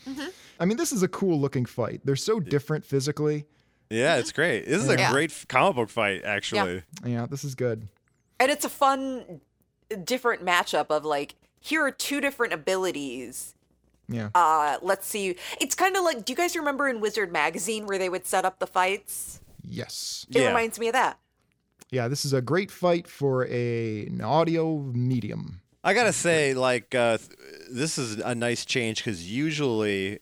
I mean, this is a cool looking fight. They're so different physically. Yeah, it's great. This is a Yeah. great f- comic book fight, actually. Yeah, this is good. And it's a fun, different matchup of like, here are two different abilities. Yeah. Uh, let's see. It's kind of like, do you guys remember in Wizard Magazine where they would set up the fights? Yes. It Yeah. reminds me of that. Yeah, this is a great fight for a, an audio medium. I gotta say, like, uh, th- this is a nice change because usually,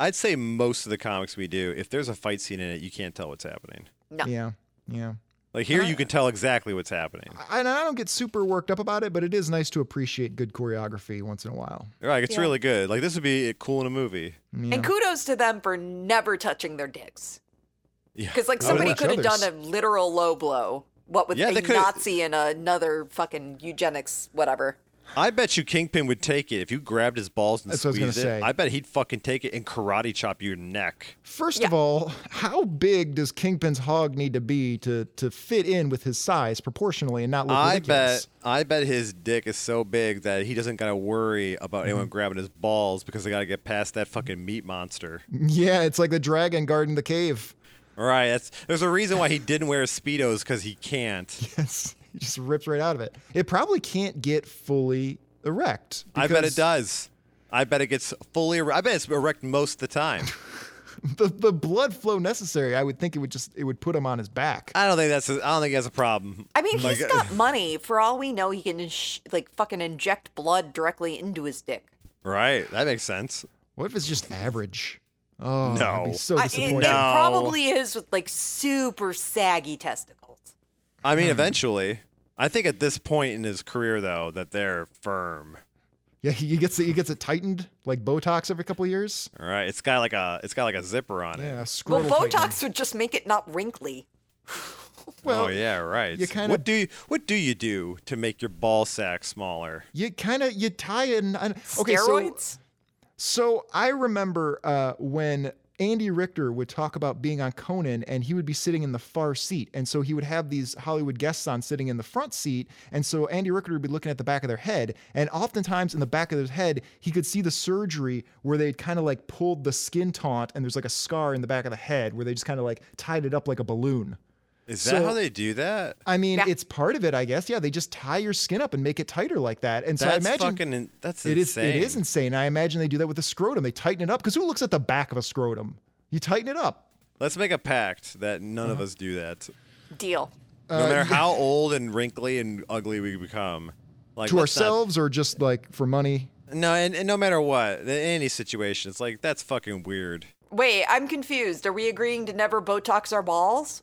I'd say most of the comics we do, if there's a fight scene in it, you can't tell what's happening. No. Yeah. Yeah. Like here, you can tell exactly what's happening. I, and I don't get super worked up about it, but it is nice to appreciate good choreography once in a while. Right, it's really good. Like this would be cool in a movie. Yeah. And kudos to them for never touching their dicks. Yeah. Because like Oh, somebody each could have done other's. a literal low blow. What with Yeah, a they coulda- Nazi and another fucking eugenics whatever. I bet you Kingpin would take it if you grabbed his balls and That's what I was squeezed gonna it. say. I bet he'd fucking take it and karate chop your neck. First of Yeah. all, how big does Kingpin's hog need to be to to fit in with his size proportionally and not look I ridiculous? bet I bet his dick is so big that he doesn't gotta worry about Mm-hmm. anyone grabbing his balls because they gotta get past that fucking meat monster. Yeah, it's like the dragon guarding the cave. All right, that's, there's a reason why he didn't wear speedos because he can't. It's, it just rips right out of it. It probably can't get fully erect. I bet because it does. I bet it gets fully. er- I bet it's erect most of the time. The, the blood flow necessary, I would think it would just it would put him on his Uh, back. I don't think that's. A, I don't think that's a problem. I mean, he's got money. For all we know, he can insh- like fucking inject blood directly into his dick. Right, that makes sense. What if it's just average? Oh, I'd be No. so I- it, it disappointed. No. probably is with like super saggy testicles. I Hmm. mean, eventually, I think at this point in his career, though, that they're firm. Yeah, he gets it. He gets it tightened like Botox every couple of years. All right, it's got like a it's got like a zipper on it. Yeah, Well, scrotal tightening. Botox would just make it not wrinkly. Well, oh yeah, right. you kinda- what do you what do you do to make your ball sack smaller? you kind of you tie in. I- Okay, so Steroids? So I remember uh, when Andy Richter would talk about being on Conan and he would be sitting in the far seat. And so he would have these Hollywood guests on sitting in the front seat. And so Andy Richter would be looking at the back of their head. And oftentimes in the back of their head, he could see the surgery where they'd kind of like pulled the skin taut and there's like a scar in the back of the head where they just kind of like tied it up like a balloon. Is that So- how they do that? I mean, Yeah. it's part of it, I guess. Yeah, they just tie your skin up and make it tighter like that. And so That's I imagine fucking. in- That's it is. insane. It is insane. I imagine they do that with the scrotum. They tighten it up because who looks at the back of a scrotum? You tighten it up. Let's make a pact that none Uh-huh. of us do that. Deal. Uh, No matter how old and wrinkly and ugly we become, like To let's not- ourselves or just like for money? no, and, and no matter what, in any situation, it's like that's fucking weird. Wait, I'm confused. Are we agreeing to never Botox our balls?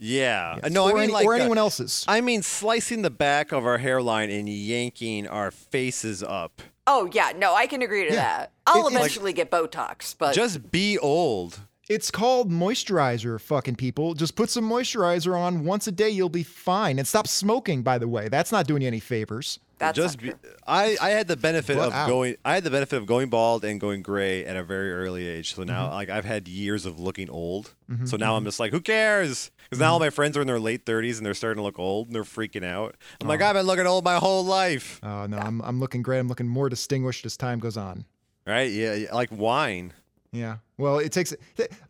Yeah. no, I or mean any- like or uh, anyone else's. I mean slicing the back of our hairline and yanking our faces up. Oh yeah, no, I can agree to Yeah. that. I'll It- it's- eventually get Botox, Uh, but Just be old. It's called moisturizer, fucking people. Just put some moisturizer on once a day, you'll be fine. And stop smoking, by the way. That's not doing you any favors. that's just not be, true. I, I had the benefit What of out? going I had the benefit of going bald and going gray at a very early age. So Mm-hmm. now like I've had years of looking old. So now I'm just like, who cares? Because Mm-hmm. now all my friends are in their late thirties and they're starting to look old and they're freaking out. I'm like, Uh-huh. I've been looking old my whole life. Oh no, I'm I'm looking great. I'm looking more distinguished as time goes on. Right? Yeah, yeah, like wine. Yeah. Well, it takes.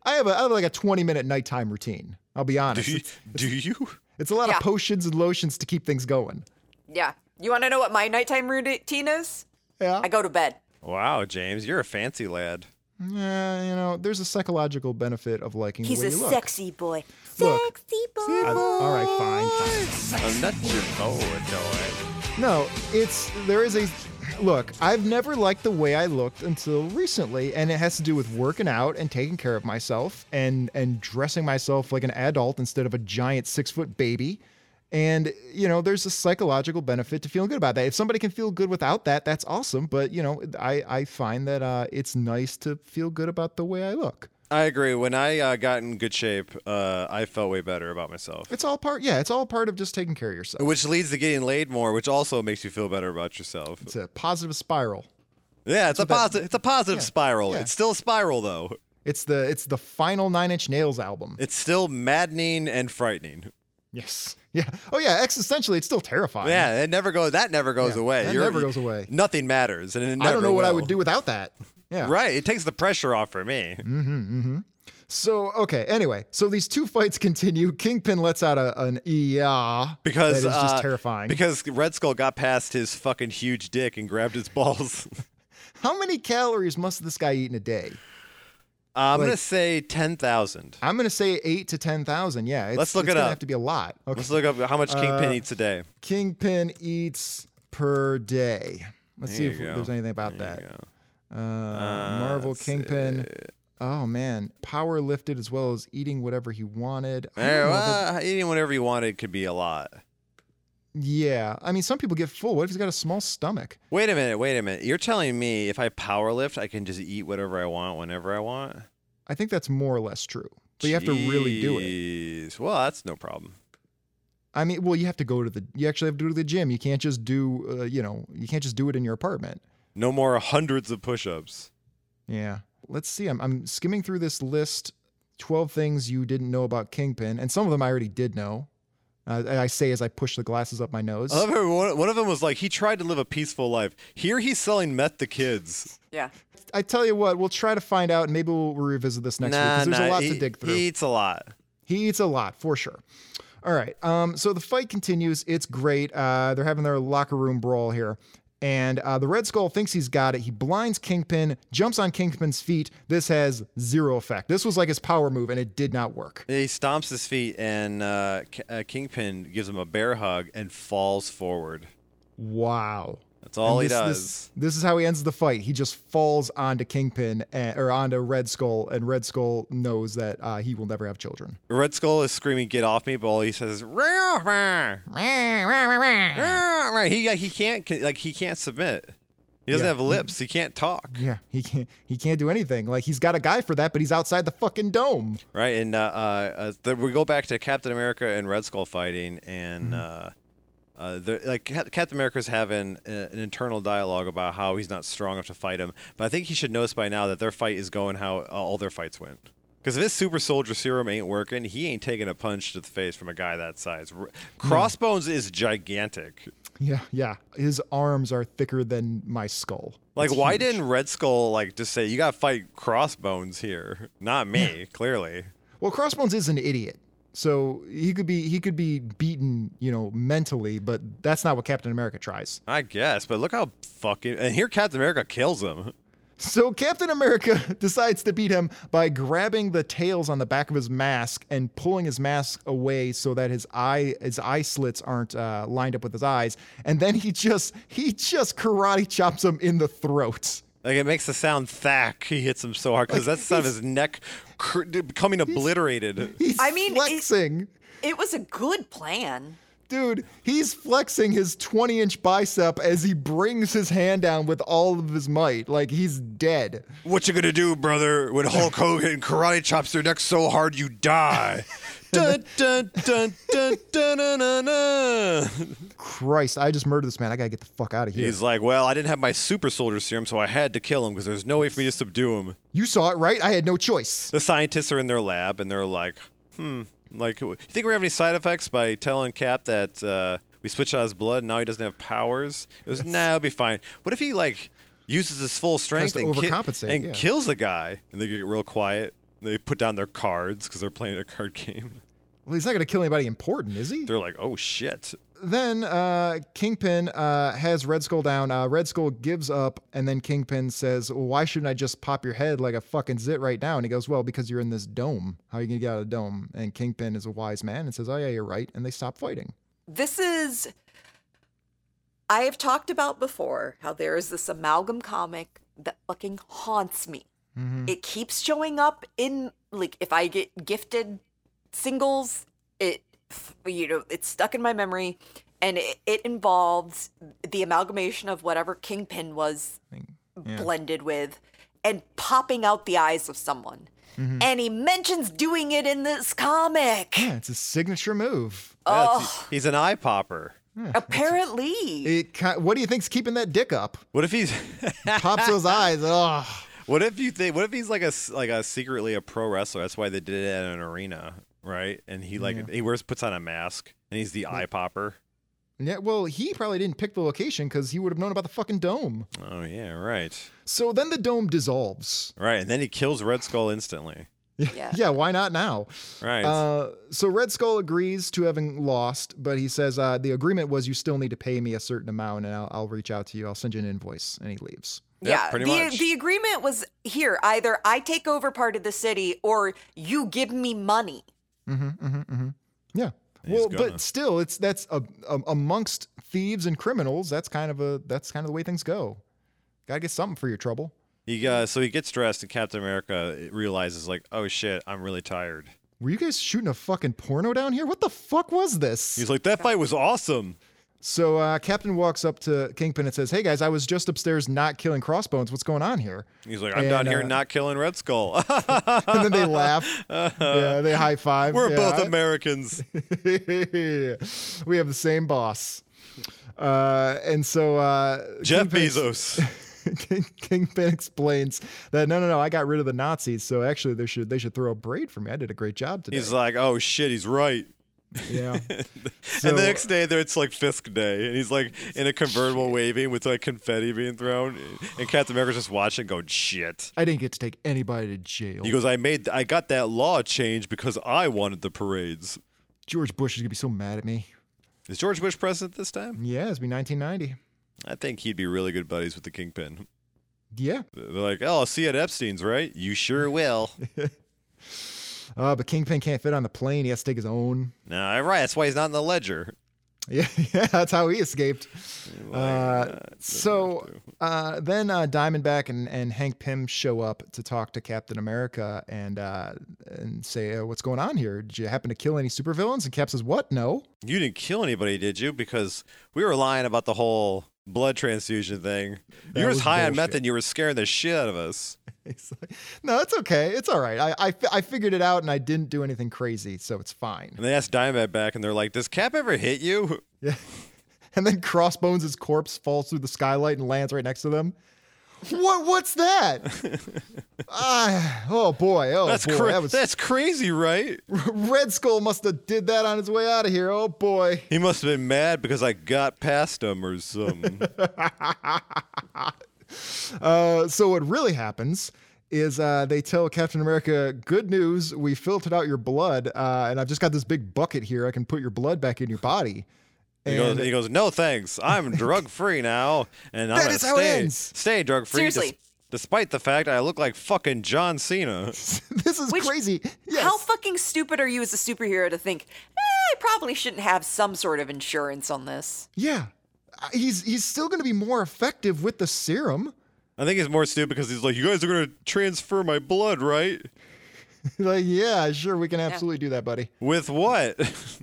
I have a I have like a 20 minute nighttime routine. I'll be honest. Do you, It's, do you? it's a lot Yeah. of potions and lotions to keep things going. yeah. You want to know what my nighttime routine is? Yeah. I go to bed. Wow, James, you're a fancy lad. Yeah, Eh, you know, there's a psychological benefit of liking He's the way a you look. sexy boy. Look. Sexy boy. I- all right, fine. I'm not your poet, no. No, it's there is a look. I've never liked the way I looked until recently, and it has to do with working out and taking care of myself and and dressing myself like an adult instead of a giant six foot baby. And you know, there's a psychological benefit to feeling good about that. If somebody can feel good without that, that's awesome. But you know, I I find that uh, it's nice to feel good about the way I look. I agree. When I uh, got in good shape, uh, I felt way better about myself. It's all part. Yeah, it's all part of just taking care of yourself. Which leads to getting laid more, which also makes you feel better about yourself. It's a positive spiral. Yeah, it's a positive. It's a positive spiral. yeah. It's still a spiral though. It's the it's the final Nine Inch Nails album. It's still maddening and frightening. yes. Yeah. Oh yeah. Existentially, it's still terrifying. Yeah, it never goes. That never goes Yeah, away. that never goes away. Nothing matters, and it never I don't know what I will. would do without that. Mm-hmm. Yeah. Right, it takes the pressure off for me. So okay. Anyway, so these two fights continue. Kingpin lets out a, an yeah Because that is just uh, terrifying. Because Red Skull got past his fucking huge dick and grabbed his balls. How many calories must this guy eat in a day? I'm gonna say ten thousand. I'm gonna say eight to ten thousand. Yeah. It's, Let's look it's it gonna up. Have to be a lot. Okay. Let's look up how much Uh, Kingpin eats a day. Kingpin eats per day. Let's see There if you go. there's anything about There you that. go. Uh, Marvel Kingpin. Oh man, power lifted as well as eating whatever he wanted. I don't Hey, know that- well, eating whatever you wanted could be a lot. yeah, I mean, some people get full. What if he's got a small stomach? Wait a minute, wait a minute. You're telling me if I power lift, I can just eat whatever I want whenever I want? I think that's more or less true. But you have to really do it. Jeez. Well, that's no problem. I mean, well, you have to go to the. You actually have to go to the gym. You can't just do. Uh, you know, you can't just do it in your apartment. No more hundreds of push-ups. Yeah. Let's see. I'm I'm skimming through this list. Twelve things you didn't know about Kingpin, and some of them I already did know. Uh, I say as I push the glasses up my nose. I love how one, one of them was like he tried to live a peaceful life. Here he's selling meth to kids. Yeah. I tell you what, we'll try to find out, and maybe we'll revisit this next week because there's a lot he, to dig through. He eats a lot. He eats a lot for sure. All right. Um, so the fight continues. It's great. Uh, they're having their locker room brawl here. And uh, the Red Skull thinks he's got it. He blinds Kingpin, jumps on Kingpin's feet. This has zero effect. This was like his power move, and it did not work. He stomps his feet, and uh, K- uh, Kingpin gives him a bear hug and falls forward. Wow. That's all And he this- does. this- This, is how he ends the fight. He just falls onto Kingpin and, or onto Red Skull, and Red Skull knows that uh, he will never have children. Red Skull is screaming, "Get off me!" But all he says, is, "Rah, rah, Hmm. rah, rah." He he can't like he can't submit. He doesn't Yeah. Hmm. have lips. He can't talk. Yeah, he can't. He can't do anything. Like he's got a guy for that, but he's outside the fucking dome. Right, and uh, uh, uh, th- we go back to Captain America and Red Skull fighting, and uh, uh, they're- like Cap- Captain America's having uh, an internal dialogue about how he's not strong enough to fight him. But I think he should notice by now that their fight is going how uh, all their fights went. Because if his super soldier serum ain't working, he ain't taking a punch to the face from a guy that size. R- Crossbones is gigantic. Yeah, yeah. His arms are thicker than my skull. Like, It's why huge. didn't Red Skull like just say, "You got to fight Crossbones here, not me"? Clearly. Well, Crossbones is an idiot, so he could be he could be beaten, you know, mentally. But that's not what Captain America tries. I guess, but look how fucking and here Captain America kills him. So Captain America decides to beat him by grabbing the tails on the back of his mask and pulling his mask away so that his eye his eye slits aren't uh, lined up with his eyes. And then he just he just karate chops him in the throat. Like it makes the sound thack. He hits him so hard because that's the sound of his neck cr- becoming obliterated. He's I mean, it- flexing. It was a good plan. Dude, he's flexing his 20 inch bicep as he brings his hand down with all of his might. Like he's dead. What you gonna do, brother? When Hulk Hogan karate chops your neck so hard you die. dun, dun, dun, dun, dun, dun, dun, dun. Christ, I just murdered this man. I gotta get the fuck out of here. He's like, well, I didn't have my super soldier serum, so I had to kill him because there's no way for me to subdue him. you saw it, right? I had no choice. the scientists are in their lab and they're like, hmm, like, you think we have any side effects by telling Cap that uh, we switched out his blood and now he doesn't have powers? It was, nah, it'll be fine. What if he, like, uses his full strength to and, ki- overcompensate, and yeah. kills the guy? And they get real quiet. They put down their cards because they're playing a card game. Well, he's not gonna kill anybody important, is he? They're like, oh, shit. Then uh, Kingpin uh, has Red Skull down. Uh, Red Skull gives up, and then Kingpin says, well, "Why shouldn't I just pop your head like a fucking zit right now?" And he goes, "Well, because you're in this dome. How are you gonna get out of the dome?" And Kingpin is a wise man and says, "Oh yeah, you're right." And they stop fighting. This is. I have talked about before how there is this amalgam comic that fucking haunts me. Mm-hmm. It keeps showing up in, like, if I get gifted singles, it, you know, it's stuck in my memory. And it, it involves the amalgamation of whatever Kingpin was blended with and popping out the eyes of someone. And he mentions doing it in this comic. Mm-hmm. Yeah, it's his signature move. Yeah, it's- e-, he's an eye popper. Apparently. It ki what do you think's keeping that dick up? What if he's. Pops those eyes. Oh, What if you think? What if he's like a s- like a secretly a pro wrestler? That's why they did it at an arena, right? And he like he wears puts on a mask and he's the eye popper. yeah. Well, he probably didn't pick the location because he would have known about the fucking dome. Oh yeah, right, So then the dome dissolves. right. And then he kills Red Skull instantly. yeah. Yeah, why not now? Right. Uh, so Red Skull agrees to having lost, but he says uh, the agreement was you still need to pay me a certain amount, and I'll, I'll reach out to you. I'll send you an invoice, and he leaves. Yeah, pretty the, much. The agreement was here either I take over part of the city or you give me money. Yeah. He's well, gonna. but still, it's that's a, a, amongst thieves and criminals. That's kind of a that's kind of the way things go. Gotta get something for your trouble. he uh, so he gets dressed and Captain America realizes like, oh shit, I'm really tired. Were you guys shooting a fucking porno down here? What the fuck was this? He's like, that fight was awesome. So uh, Captain walks up to Kingpin and says, "Hey guys, I was just upstairs not killing Crossbones. What's going on here?" He's like, I'm And, down here uh, not killing Red Skull. And then they laugh. yeah, they high five. We're Yeah, both I- Americans. we have the same boss. Uh, and so uh, Jeff Kingpin's- Bezos. King, Kingpin explains that no, no, no, I got rid of the Nazis, so actually they should they should throw a braid for me. I did a great job today. He's like, oh shit, he's right. yeah, and So- the next day, there it's like Fisk Day, and he's like in a convertible waving with like confetti being thrown, and Captain America's just watching, going shit. I didn't get to take anybody to jail. He goes, I made, I got that law changed because I wanted the parades. George Bush is gonna be so mad at me. Is George Bush president this time? Yeah, it's be 1990. I think he'd be really good buddies with the kingpin. Yeah, They're like, oh, I'll see you at Epstein's, right? You sure will. uh, but Kingpin can't fit on the plane. He has to take his own. nah, right. That's why he's not in the ledger. Yeah, yeah, that's how he escaped. Like, Uh, so uh, then uh, Diamondback and, and Hank Pym show up to talk to Captain America and uh, and say, uh, "What's going on here? Did you happen to kill any supervillains?" And Cap says, "What? No." You didn't kill anybody, did you? Because we were lying about the whole blood transfusion thing. That you were was just high on bullshit. meth and you were scaring the shit out of us. He's like, "No, it's okay. It's all right. I, I fi- I figured it out, and I didn't do anything crazy, so it's fine." And they asked Diamondback back and they're like, Does Cap ever hit you? Yeah. And then Crossbones' corpse falls through the skylight and lands right next to them. What? What's that? Ah, oh boy! Oh That's boy! cra- that was that's crazy, right? Red Skull must have did that on his way out of here. Oh boy. He must have been mad because I got past him or something. Uh, so what really happens is uh, they tell Captain America, "Good news, we filtered out your blood, uh, and I've just got this big bucket here. I can put your blood back in your body." he, goes, And he goes, No thanks. I'm drug free now. And I'm That gonna is stay, how it ends. stay drug free. Seriously. despite the fact I look like fucking John Cena. this is Which- crazy. Yes. How fucking stupid are you as a superhero to think, eh, I probably shouldn't have some sort of insurance on this? yeah. Uh, He's he's still going to be more effective with the serum. I think he's more stupid because he's like, You guys are gonna transfer my blood, right? like, yeah, sure, we can absolutely do that, buddy. With what?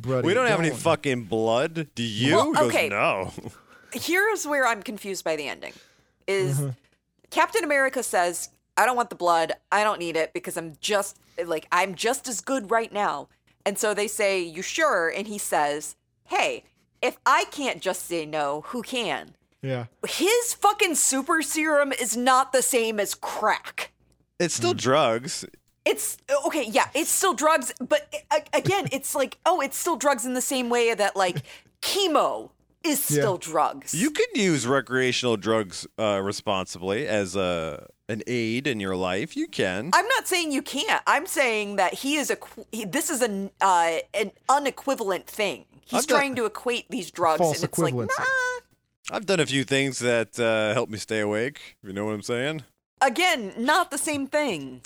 Buddy, we don't have any fucking blood. Do you? Well, He goes, okay. no. Here's where I'm confused by the ending. Is Mm-hmm. Captain America says, I don't want the blood. I don't need it because I'm just like I'm just as good right now. And so they say, You sure? And he says, Hey, if I can't just say no, who can? Yeah. His fucking super serum is not the same as crack. It's still drugs. It's okay, yeah, it's still drugs, but a- again, it's like, oh, it's still drugs in the same way that like chemo is still drugs. You can use recreational drugs uh, responsibly as a an aid in your life. You can. I'm not saying you can't. I'm saying that he is a he, this is an uh, an unequivalent thing. He's I've got- trying to equate these drugs, False and it's like, nah. equivalency. I've done a few things that uh, help me stay awake. You know what I'm saying? Again, not the same thing.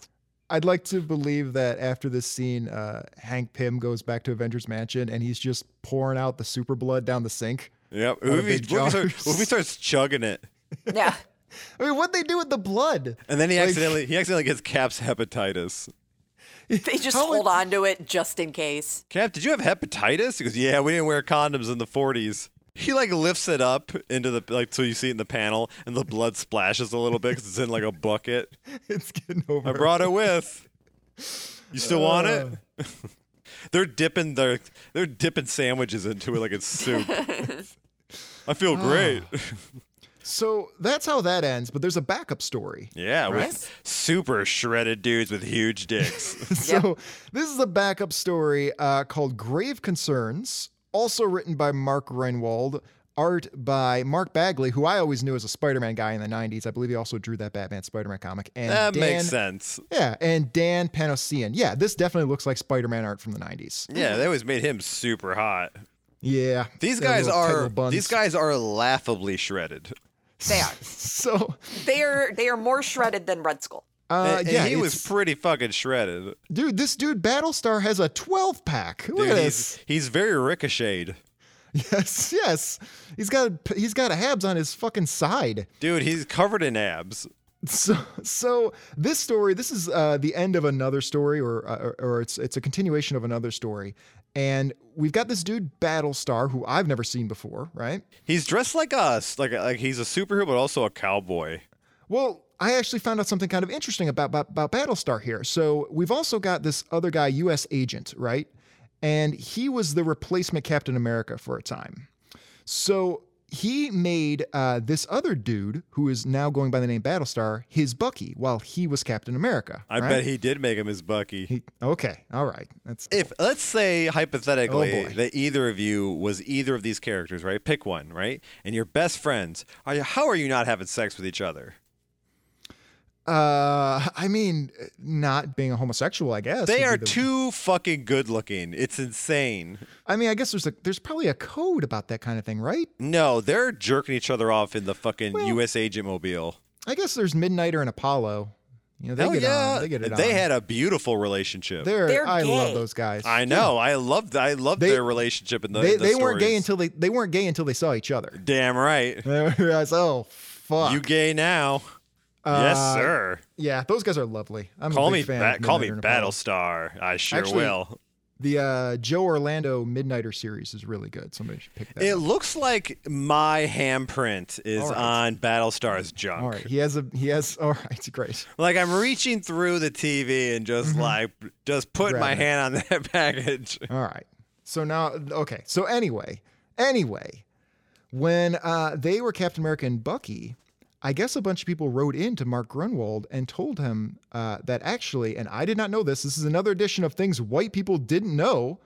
I'd like to believe that after this scene, uh, Hank Pym goes back to Avengers Mansion and he's just pouring out the super blood down the sink. Yep. of Movie, big movie, jars. starts, movie starts chugging it, Yeah, I mean, what'd they do with the blood? and then he Like- accidentally he accidentally gets Cap's hepatitis. they just How hold would- on to it just in case. Cap, did you have hepatitis? He goes, Yeah, we didn't wear condoms in the 40s. He like lifts it up into the like so you see it in the panel, and the blood splashes a little bit because it's in like a bucket. It's getting over. I brought it with. You still want it? Oh. they're dipping their they're dipping sandwiches into it like it's soup. I feel Oh. great. So that's how that ends. But there's a backup story. yeah, with super shredded dudes with huge dicks. So this is a backup story uh, called Grave Concerns, also written by Mark Reinwald, art by Mark Bagley, who I always knew as a Spider-Man guy in the '90s. I believe he also drew that Batman Spider-Man comic. And that Dan, makes sense. Yeah, and Dan Panosian. Yeah, this definitely looks like Spider-Man art from the '90s. Yeah, they always made him super hot. Yeah, These Yeah, guys little tight little are buns. these guys are laughably shredded. They are So they are they are more shredded than Red Skull. uh, And- and yeah, he was it's- pretty fucking shredded. dude. This dude Battlestar has a 12 pack. Look Dude, at this. he's he's very ricocheted. Yes, yes. He's got he's got a Habs on his fucking side. Dude, he's covered in abs. So so this uh, story, this is uh, the end of another story, or, or or it's it's a continuation of another story, And we've got this dude, Battlestar, who I've never seen before, right? He's dressed like us, like like he's a superhero, but also a cowboy. Well, I actually found out something kind of interesting about, about, about Battlestar here. So we've also got this other guy, U.S. Agent, right? And he was the replacement Captain America for a time. So he made uh, this other dude, who is now going by the name Battlestar, his Bucky, while he was Captain America. I right? bet he did make him his Bucky. He- okay, all right. That's if let's say Oh, hypothetically boy. that either of you was either of these characters, right? Pick one, right? And you're best friends. Are you, how are you not having sex with each other? Uh, I mean, not being a homosexual, I guess. They would be are the- too fucking good looking. It's insane. I mean, I guess there's a there's probably a code about that kind of thing, right? No, they're jerking each other off in the fucking Well- U.S. agent mobile. I guess there's Midnighter and Apollo. You know, they Hell get yeah, on. They get it. they on. had a beautiful relationship. They're, They're I love gay. those guys. I know. I loved. I loved They- their relationship in the. they in the they weren't gay stories. until they they weren't gay until they saw each other. Damn right. I was oh fuck. You gay now? Uh, yes, sir. Yeah, those guys are lovely. I'm Call a big me. fan Ba- of call me Midnighter and Apollo. Battlestar. I sure Actually, will. The uh, Joe Orlando Midnighter series is really good. Somebody should pick that. It up. looks like my handprint is All right. on Battlestar's junk. All right, he has a he has. All right, great. Like I'm reaching through the TV and just like just put Mm-hmm. Grab my it. hand on that package. All right. So now, okay. So anyway, anyway, when uh, they were Captain America and Bucky, I guess a bunch of people wrote in to Mark Grunwald and told him uh, that actually, and I did not know this. This is another edition of things white people didn't know.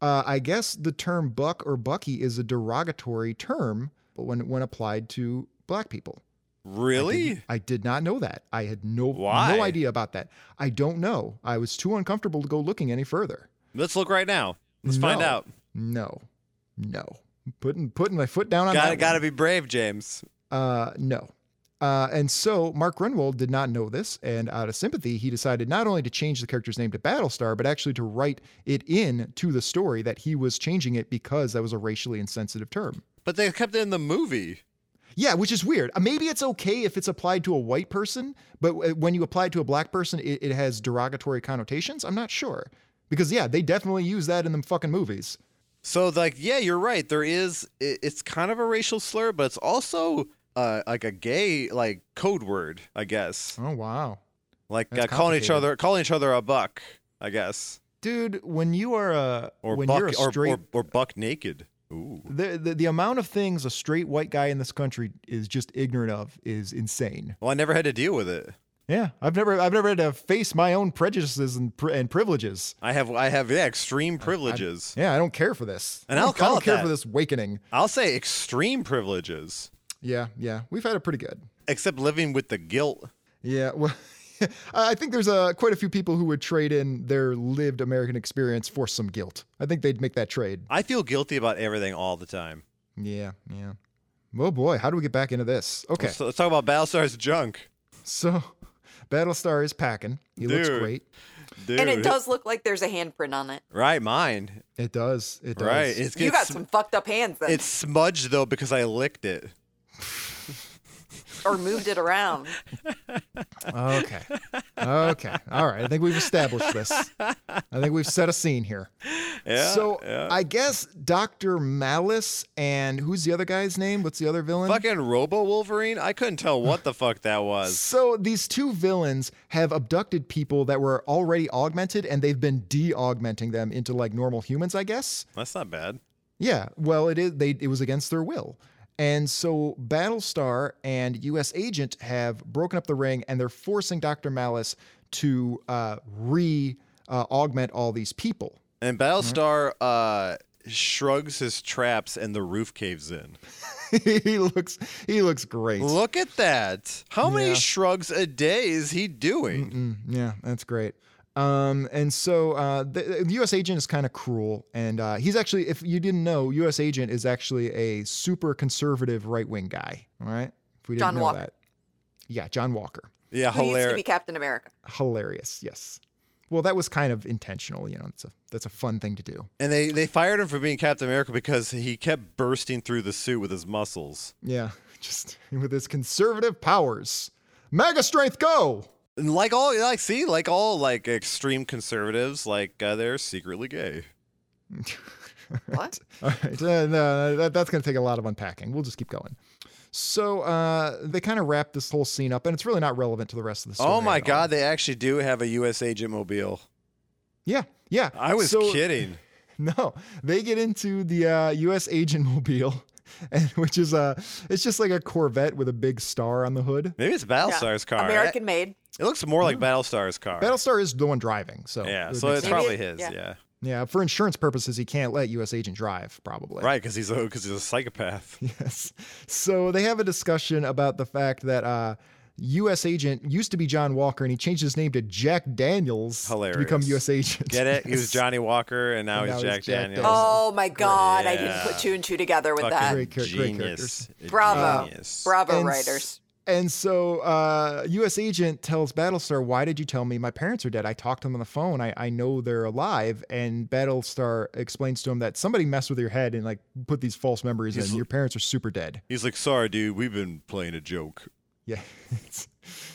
Uh, I guess the term Buck or Bucky is a derogatory term when when applied to black people. Really? I did not know that. I had no Why? no idea about that. I don't know. I was too uncomfortable to go looking any further. Let's look right now. Let's find No. out. No, no. Putting putting my foot down on Got that. got to one. be brave, James. Uh, no. Uh, and so Mark Grunwald did not know this, and out of sympathy, he decided not only to change the character's name to Battlestar, but actually to write it in to the story that he was changing it because that was a racially insensitive term. But they kept it in the movie. Yeah, which is weird. Uh, Maybe it's okay if it's applied to a white person, but w- when you apply it to a black person, it, it has derogatory connotations. I'm not sure because yeah, they definitely use that in them fucking movies. So like, yeah, you're right. There is. i it's kind of a racial slur, but it's also uh, like a gay like code word, I guess. Oh wow. Like That's uh, calling each complicated. other calling each other a buck, I guess, dude when you are a or when buck you're a or- straight or, or buck naked. Ooh. the, the the amount of things a straight white guy in this country is just ignorant of is insane Well, I never had to deal with it. yeah i've never i've never had to face my own prejudices and, pri- and privileges I have I have yeah, extreme privileges. yeah i don't care for this And I don't, I'll call I don't it care that. for this awakening I, will say extreme privileges, yeah yeah we've had it pretty good except living with the guilt. yeah well I think there's uh, quite a few people who would trade in their lived American experience for some guilt. I think they'd make that trade. I feel guilty about everything all the time. Yeah, yeah. Oh boy, how do we get back into this? Okay. So let's talk about Battlestar's junk, So Battlestar is packing. He looks Dude. great. dude. And it does look like there's a handprint on it. Right, mine. It does. It does. Right. It's, You got it's- some fucked up hands then, It's smudged though because I licked it. or moved it around. okay. Okay. All right. I think we've established this. I think we've set a scene here. Yeah. so yeah. I guess Dr. Malice and who's the other guy's name? What's the other villain? fucking Robo Wolverine. I couldn't tell what the fuck that was. So these two villains have abducted people that were already augmented and they've been de-augmenting them into like normal humans, I guess. That's not bad. Yeah, well, it is. They it was against their will, and so Battlestar and U.S. Agent have broken up the ring, and they're forcing Doctor Malice to uh, re uh, augment all these people. And Battlestar uh, Mm-hmm. shrugs his traps and the roof caves in. he looks he looks great. Look at that. How Yeah. many shrugs a day is he doing? Mm, yeah, that's great. Um, and so uh, the, the U.S. Agent is kind of cruel, and uh, he's actually, if you didn't know, U.S. Agent is actually a super conservative right wing guy. All right, if we didn't John know Walker. that, yeah, John Walker. Yeah, Who used to be hilarious. Captain America? hilarious. Yes. Well, that was kind of intentional. You know, it's a that's a fun thing to do. And they, they fired him for being Captain America because he kept bursting through the suit with his muscles. Yeah, just with his conservative powers, mega strength go. And like all like see, like all like extreme conservatives, like uh, they're secretly gay. What? All right. Uh, no, that, that's going to take a lot of unpacking. We'll just keep going. So uh, they kind of wrap this whole scene up, and it's really not relevant to the rest of the story. Oh my at all. God, they actually do have a U.S. agent mobile. Yeah, yeah. I was So- kidding. No, they get into the uh, U.S. agent mobile, and which is a it's just like a Corvette with a big star on the hood. Maybe it's Yeah. Battlestar's Oh, car. American made. It looks more like Battlestar's car. Battlestar is the one driving, so yeah, it so makes it's sense. Maybe probably it- his. Yeah, yeah. Right, 'cause yeah for insurance purposes he can't let U.S. agent drive probably. right, because he's a because he's a psychopath. Yes. So they have a discussion about the fact that uh, U.S. agent used to be John Walker, and he changed his name to Jack Daniels to become Hilarious. U.S. agent. Get it? He was Johnny Walker, and now, And he's now Jack he's Jack Daniels. Daniels. Oh my God. I didn't Yeah. put two and two together with Fucking that. Great char- great genius. Bravo. Genius. Bravo, And s- writers. And so uh, U.S. agent tells Battlestar, "Why did you tell me my parents are dead? I talked to them on the phone. I, I know they're alive." And Battlestar explains to him that somebody messed with your head and like put these false memories He's in. l- Your parents are super dead. He's like, sorry, dude, we've been playing a joke. Yeah. It's,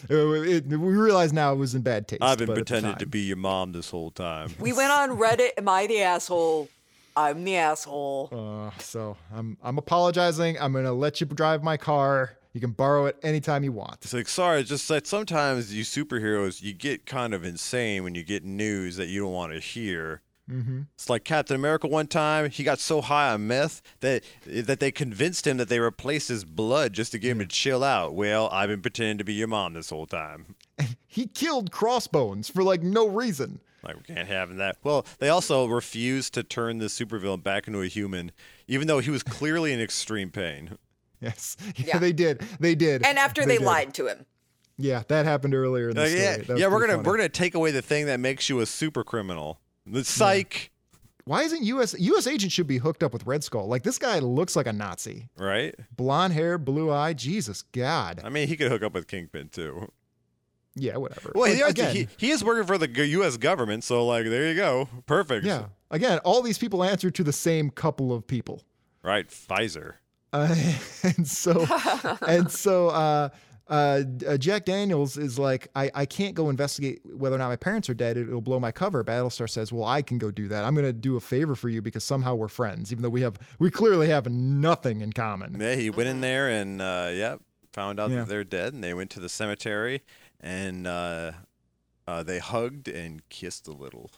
it, it- we realize now it was in bad taste. I've been but at the pretending to time- be your mom this whole time. We went on Reddit. Am I the asshole? I'm the asshole. Uh, so I'm I'm apologizing. I'm gonna let you drive my car. You can borrow it anytime you want. It's like, sorry, it's just that sometimes you superheroes, you get kind of insane when you get news that you don't want to hear. Mm-hmm. It's like Captain America one time, he got so high on meth that that they convinced him that they replaced his blood just to get him to chill out. Well, I've been pretending to be your mom this whole time. He killed Crossbones for like no reason. Like we can't have that. Well, they also refused to turn the supervillain back into a human, even though he was clearly in extreme pain. Yes, yeah, Yeah. they did. They did. And after they, did. lied to him. Yeah, that happened earlier in the Like, story. Uh, yeah, That was yeah, we're pretty gonna funny. we're gonna take away the thing that makes you a super criminal. The psych, Why isn't U.S. U.S. agent should be hooked up with Red Skull? Like this guy looks like a Nazi. right? Blonde hair, blue eye. Jesus God. I mean, he could hook up with Kingpin too. Yeah, whatever. Well, Like, he, again, he, he is working for the g- U.S. government, so like, there you go, perfect. yeah, again, all these people answer to the same couple of people. Right, Pfizer. Uh, and so and so uh, uh, uh, Jack Daniels is like, I, I can't go investigate whether or not my parents are dead. It, will blow my cover. Battlestar says, Well, I can go do that. I'm going to do a favor for you because somehow we're friends, even though we have we clearly have nothing in common. Yeah, he went in there and uh, yeah, found out Yeah. that they're dead, and they went to the cemetery and uh, uh, they hugged and kissed a little.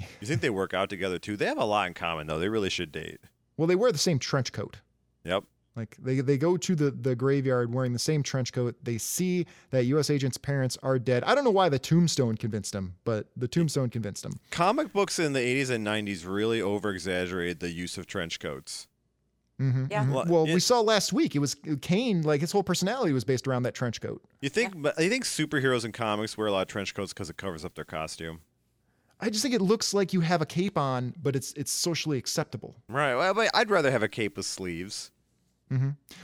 You think they work out together too? They have a lot in common though. They really should date. Well, they wear the same trench coat. Yep. Like they, they go to the, the graveyard wearing the same trench coat. They see that U.S. agent's parents are dead. I don't know why the tombstone convinced him, but the tombstone convinced him. Comic books in the 80s and 90s really over exaggerated the use of trench coats. hmm Yeah. Well, Well, it- we saw last week. It was Kane. Like his whole personality was based around that trench coat. You think but you think superheroes in comics wear a lot of trench coats because it covers up their costume? I just think it looks like you have a cape on, but it's it's socially acceptable. Right. Well, but I'd rather have a cape with sleeves.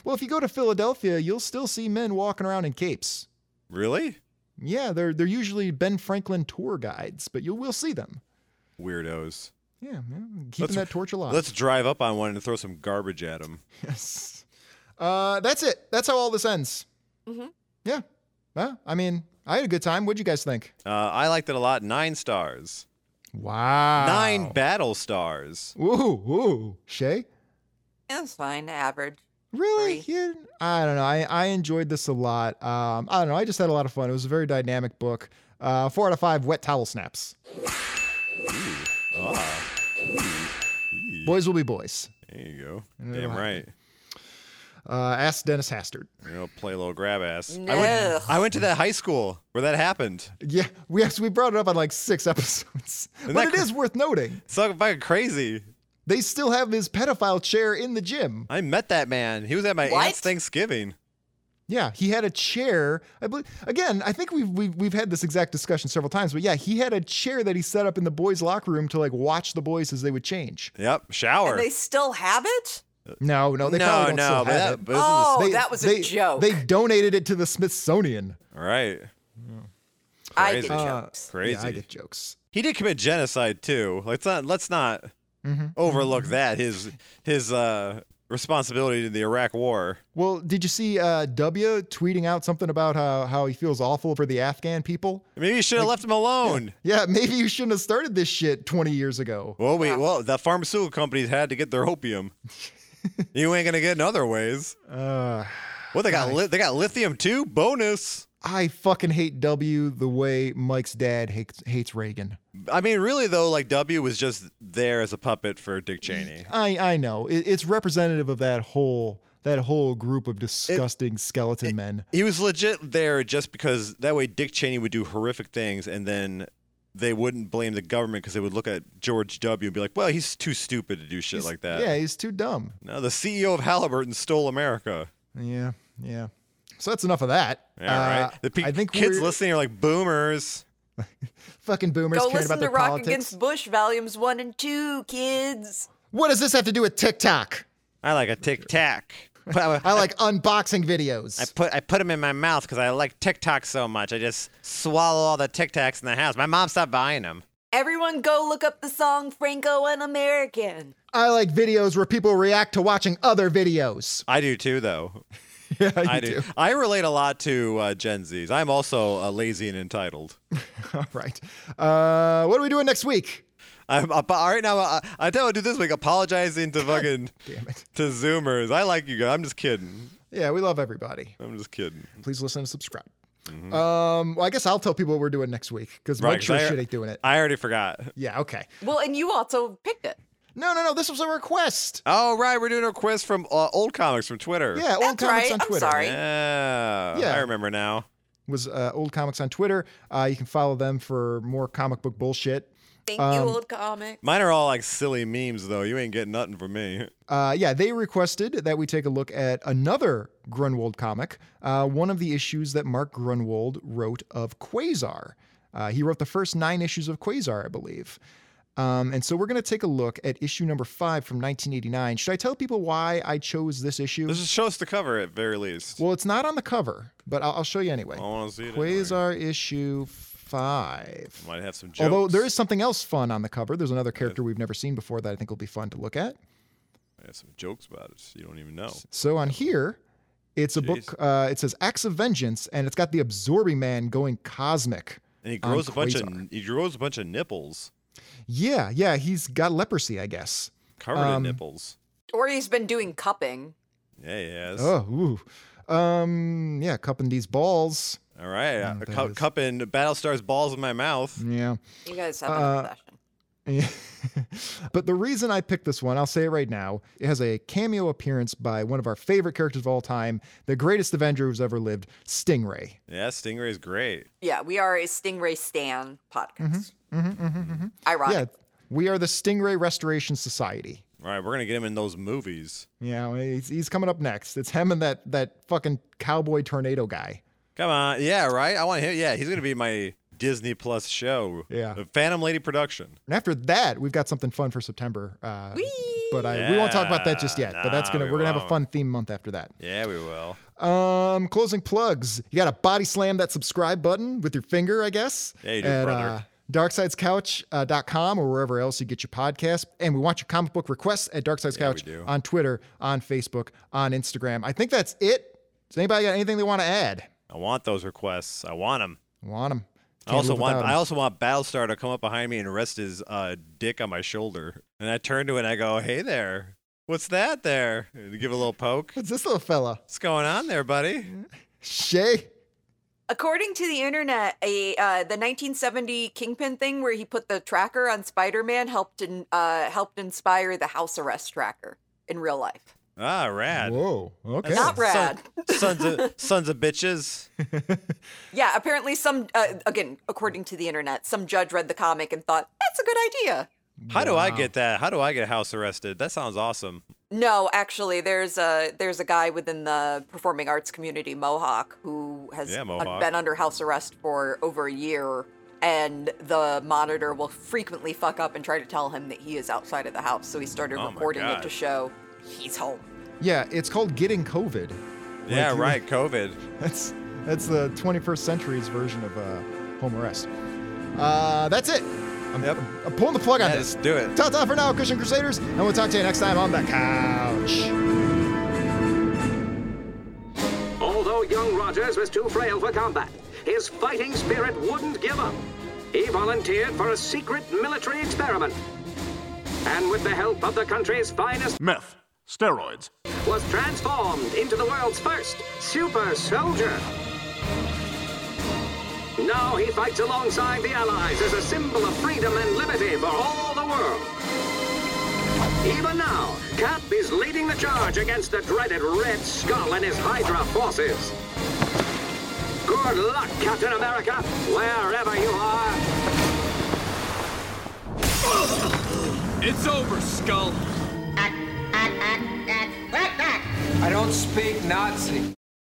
Well, if you go to Philadelphia, you'll still see men walking around in capes. Really? Yeah, they're they're usually Ben Franklin tour guides, but you will see them. Weirdos. Yeah, yeah keeping that torch alive. Let's drive up on one and throw some garbage at them. Yes. Uh, that's it. That's how all this ends. Mm-hmm. Yeah. Well, I mean, I had a good time. What'd you guys think? Uh, I liked it a lot. Nine stars. Wow. Nine battle stars. Ooh, ooh. Shay? It was fine, average. Really? Three. You, I don't know. I, I enjoyed this a lot. Um, I don't know. I just had a lot of fun. It was a very dynamic book. Uh, four out of five wet towel snaps. Boys will be boys. There you go. Damn right. Uh, ask Dennis Hastert. You know, play a little grab ass. I, Ugh. went, I went to that high school where that happened. Yeah, we actually we brought it up on like six episodes, but that it cra- is worth noting. It's so fucking crazy. They still have his pedophile chair in the gym. I met that man. He was at my What? aunt's Thanksgiving. Yeah, he had a chair. I believe again. I think we've, we've we've had this exact discussion several times, but yeah, he had a chair that he set up in the boys' locker room to like watch the boys as they would change. Yep, shower. And they still have it? No, no, they no, probably don't no, still but have that, it. but it was in Oh, that was a they, joke. They donated it to the Smithsonian. the, right. I Crazy. get Uh, jokes. Crazy. Yeah, I get jokes. He did commit Mm-hmm. genocide too. Let's not let's not overlook that. His his uh responsibility to the Iraq War. Well, did you see uh, W tweeting out something about how, how he feels awful for the Afghan people? Maybe you should have left him alone. Yeah, maybe you shouldn't have started this shit 20 years ago. Well, we well the pharmaceutical companies had to get their opium. you ain't gonna get in other ways. Uh, Well, they got li- they got lithium too. Bonus. I fucking hate W the way Mike's dad hates, hates Reagan. I mean, really though, like W was just there as a puppet for Dick Cheney. I I know it, it's representative of that whole that whole group of disgusting skeleton men. He was legit there just because that way Dick Cheney would do horrific things, and then they wouldn't blame the government because they would look at George W. and be like, "Well, he's too stupid to do shit He's- like that." Yeah, he's too dumb. No, the CEO of Halliburton stole America. Yeah, yeah. So that's enough of that. All right. Uh, The pe- I think kids we're- listening are like boomers. fucking boomers Go caring about listen to their Rock politics. Against Bush Volumes 1 and 2, kids. What does this have to do with TikTok? I like a tic tac. I I like unboxing videos. I put I put them in my mouth because I like Tic Tacs so much. I just swallow all the Tic Tacs in the house. My mom stopped buying them. Everyone go look up the song Franco and American. I like videos where people react to watching other videos. I do too, though. Yeah, you I do. do. I relate a lot to uh, Gen Zs. I'm also uh, lazy and entitled. All right. Uh, what are we doing next week? I'm, uh, all right now, uh, I tell you, what I do this week apologizing to fucking Damn it. to Zoomers. I like you guys. I'm just kidding. Yeah, we love everybody. I'm just kidding. Please listen and subscribe. Um, well, I guess I'll tell people what we're doing next week because Mm-hmm. Right, Mike sure 'cause I- shit ain't doing it. I already forgot. yeah, okay. Well, and you also picked it. No, no, no. This was a request. Oh right, we're doing a quiz from uh, old comics from Twitter. Yeah, old That's comics right. on I'm Twitter sorry. Yeah. Yeah. I remember now. was uh, old comics on Twitter. Uh, you can follow them for more comic book bullshit. Thank Um, you, old comic. Mine are all like silly memes though. You ain't getting nothing from me. Uh, yeah, they requested that we take a look at another Grunwald comic, uh, one of the issues that Mark Grunwald wrote of Quasar. Uh, he wrote the first nine issues of Quasar, I believe. Um, and so we're going to take a look at issue number five from 1989. Should I tell people why I chose this issue? This is show us the cover at very least. well, it's not on the cover, but I'll, I'll show you anyway. I want to see it. anyway. Quasar issue five. Might have some jokes. Although there is something else fun on the cover. There's another character we've never seen before that I think will be fun to look at. Might have some jokes about it. You don't even know. So on here, it's a book. Uh, it says Acts of Vengeance, and it's got the Absorbing Man going cosmic. And he on grows a bunch Quasar. of he grows a bunch of nipples, Yeah, yeah, he's got leprosy, I guess. covered Um, in nipples. Or he's been doing cupping. Yeah, yes. Oh, ooh. Um, yeah, cupping these balls. All right, uh, I- that cu- is- Mm. cupping Battlestar's balls in my mouth. Yeah. You guys have an Uh, obsession. but the reason I picked this one, I'll say it right now, it has a cameo appearance by one of our favorite characters of all time, the greatest Avenger who's ever lived, Stingray. Yeah, Stingray's great. Yeah, we are a Stingray Stan podcast. Mm-hmm. Ironic. Yeah, we are the Stingray Restoration Society. All right, we're gonna get him in those movies. Yeah, he's, he's coming up next. It's him and that that fucking cowboy tornado guy. Come on, yeah, right. I want him. Yeah, he's gonna be my Disney Plus show. Yeah. The Phantom Lady production. And after that, we've got something fun for September. Uh, but I, we won't talk about that just yet. but that's Yeah, gonna no, we're we gonna have a won't. fun theme month after that. Yeah, we will. Um, closing plugs. You got to body slam that subscribe button with your finger, I guess. Yeah, you do, at, brother. Uh, darksidescouch.com or wherever else you get your podcast. And we want your comic book requests at Darksidescouch do. on Twitter, on Facebook, on Instagram. I think that's it. Does anybody got anything they want to add? I want those requests. I want them. Want them. I also want I also want Battlestar to come up behind me and rest his uh, dick on my shoulder. And I turn to it and I go, "Hey there, what's that there?" And give it a little poke. What's this little fella? What's going on there, buddy? Mm-hmm. Shay? According to the internet, a uh, the 1970 Kingpin thing where he put the tracker on Spider-Man helped in, uh, helped inspire the house arrest tracker in real life. Ah, rad. Whoa. Okay. Son- Not rad. sons of sons of bitches. Yeah, apparently some uh, again, according to the internet, some judge read the comic and thought that's a good idea. How do I Wow. get that? How do I get house arrested? That sounds awesome. No, actually, there's a there's a guy within the performing arts community, Mohawk, who has Yeah, Mohawk. been under house arrest for over a year, and the monitor will frequently fuck up and try to tell him that he is outside of the house. So he started Oh my recording it God. to show he's home. Yeah, it's called getting COVID. yeah, Like, you- right. COVID. That's that's the 21st century's version of uh, home arrest. Uh, that's it. I'm, Yep. I'm pulling the plug on Yeah, this. let's do it. Ta ta for now, Christian Crusaders, and we'll talk to you next time on the couch. but young Rogers was too frail for combat. His fighting spirit wouldn't give up. He volunteered for a secret military experiment. And with the help of the country's finest Meth. Steroids. was transformed into the world's first super soldier. Now he fights alongside the Allies as a symbol of freedom and liberty for all the world. Even now, Cap is leading the charge against the dreaded Red Skull and his Hydra forces. Good luck, Captain America, wherever you are. It's over, Skull. I don't speak Nazi.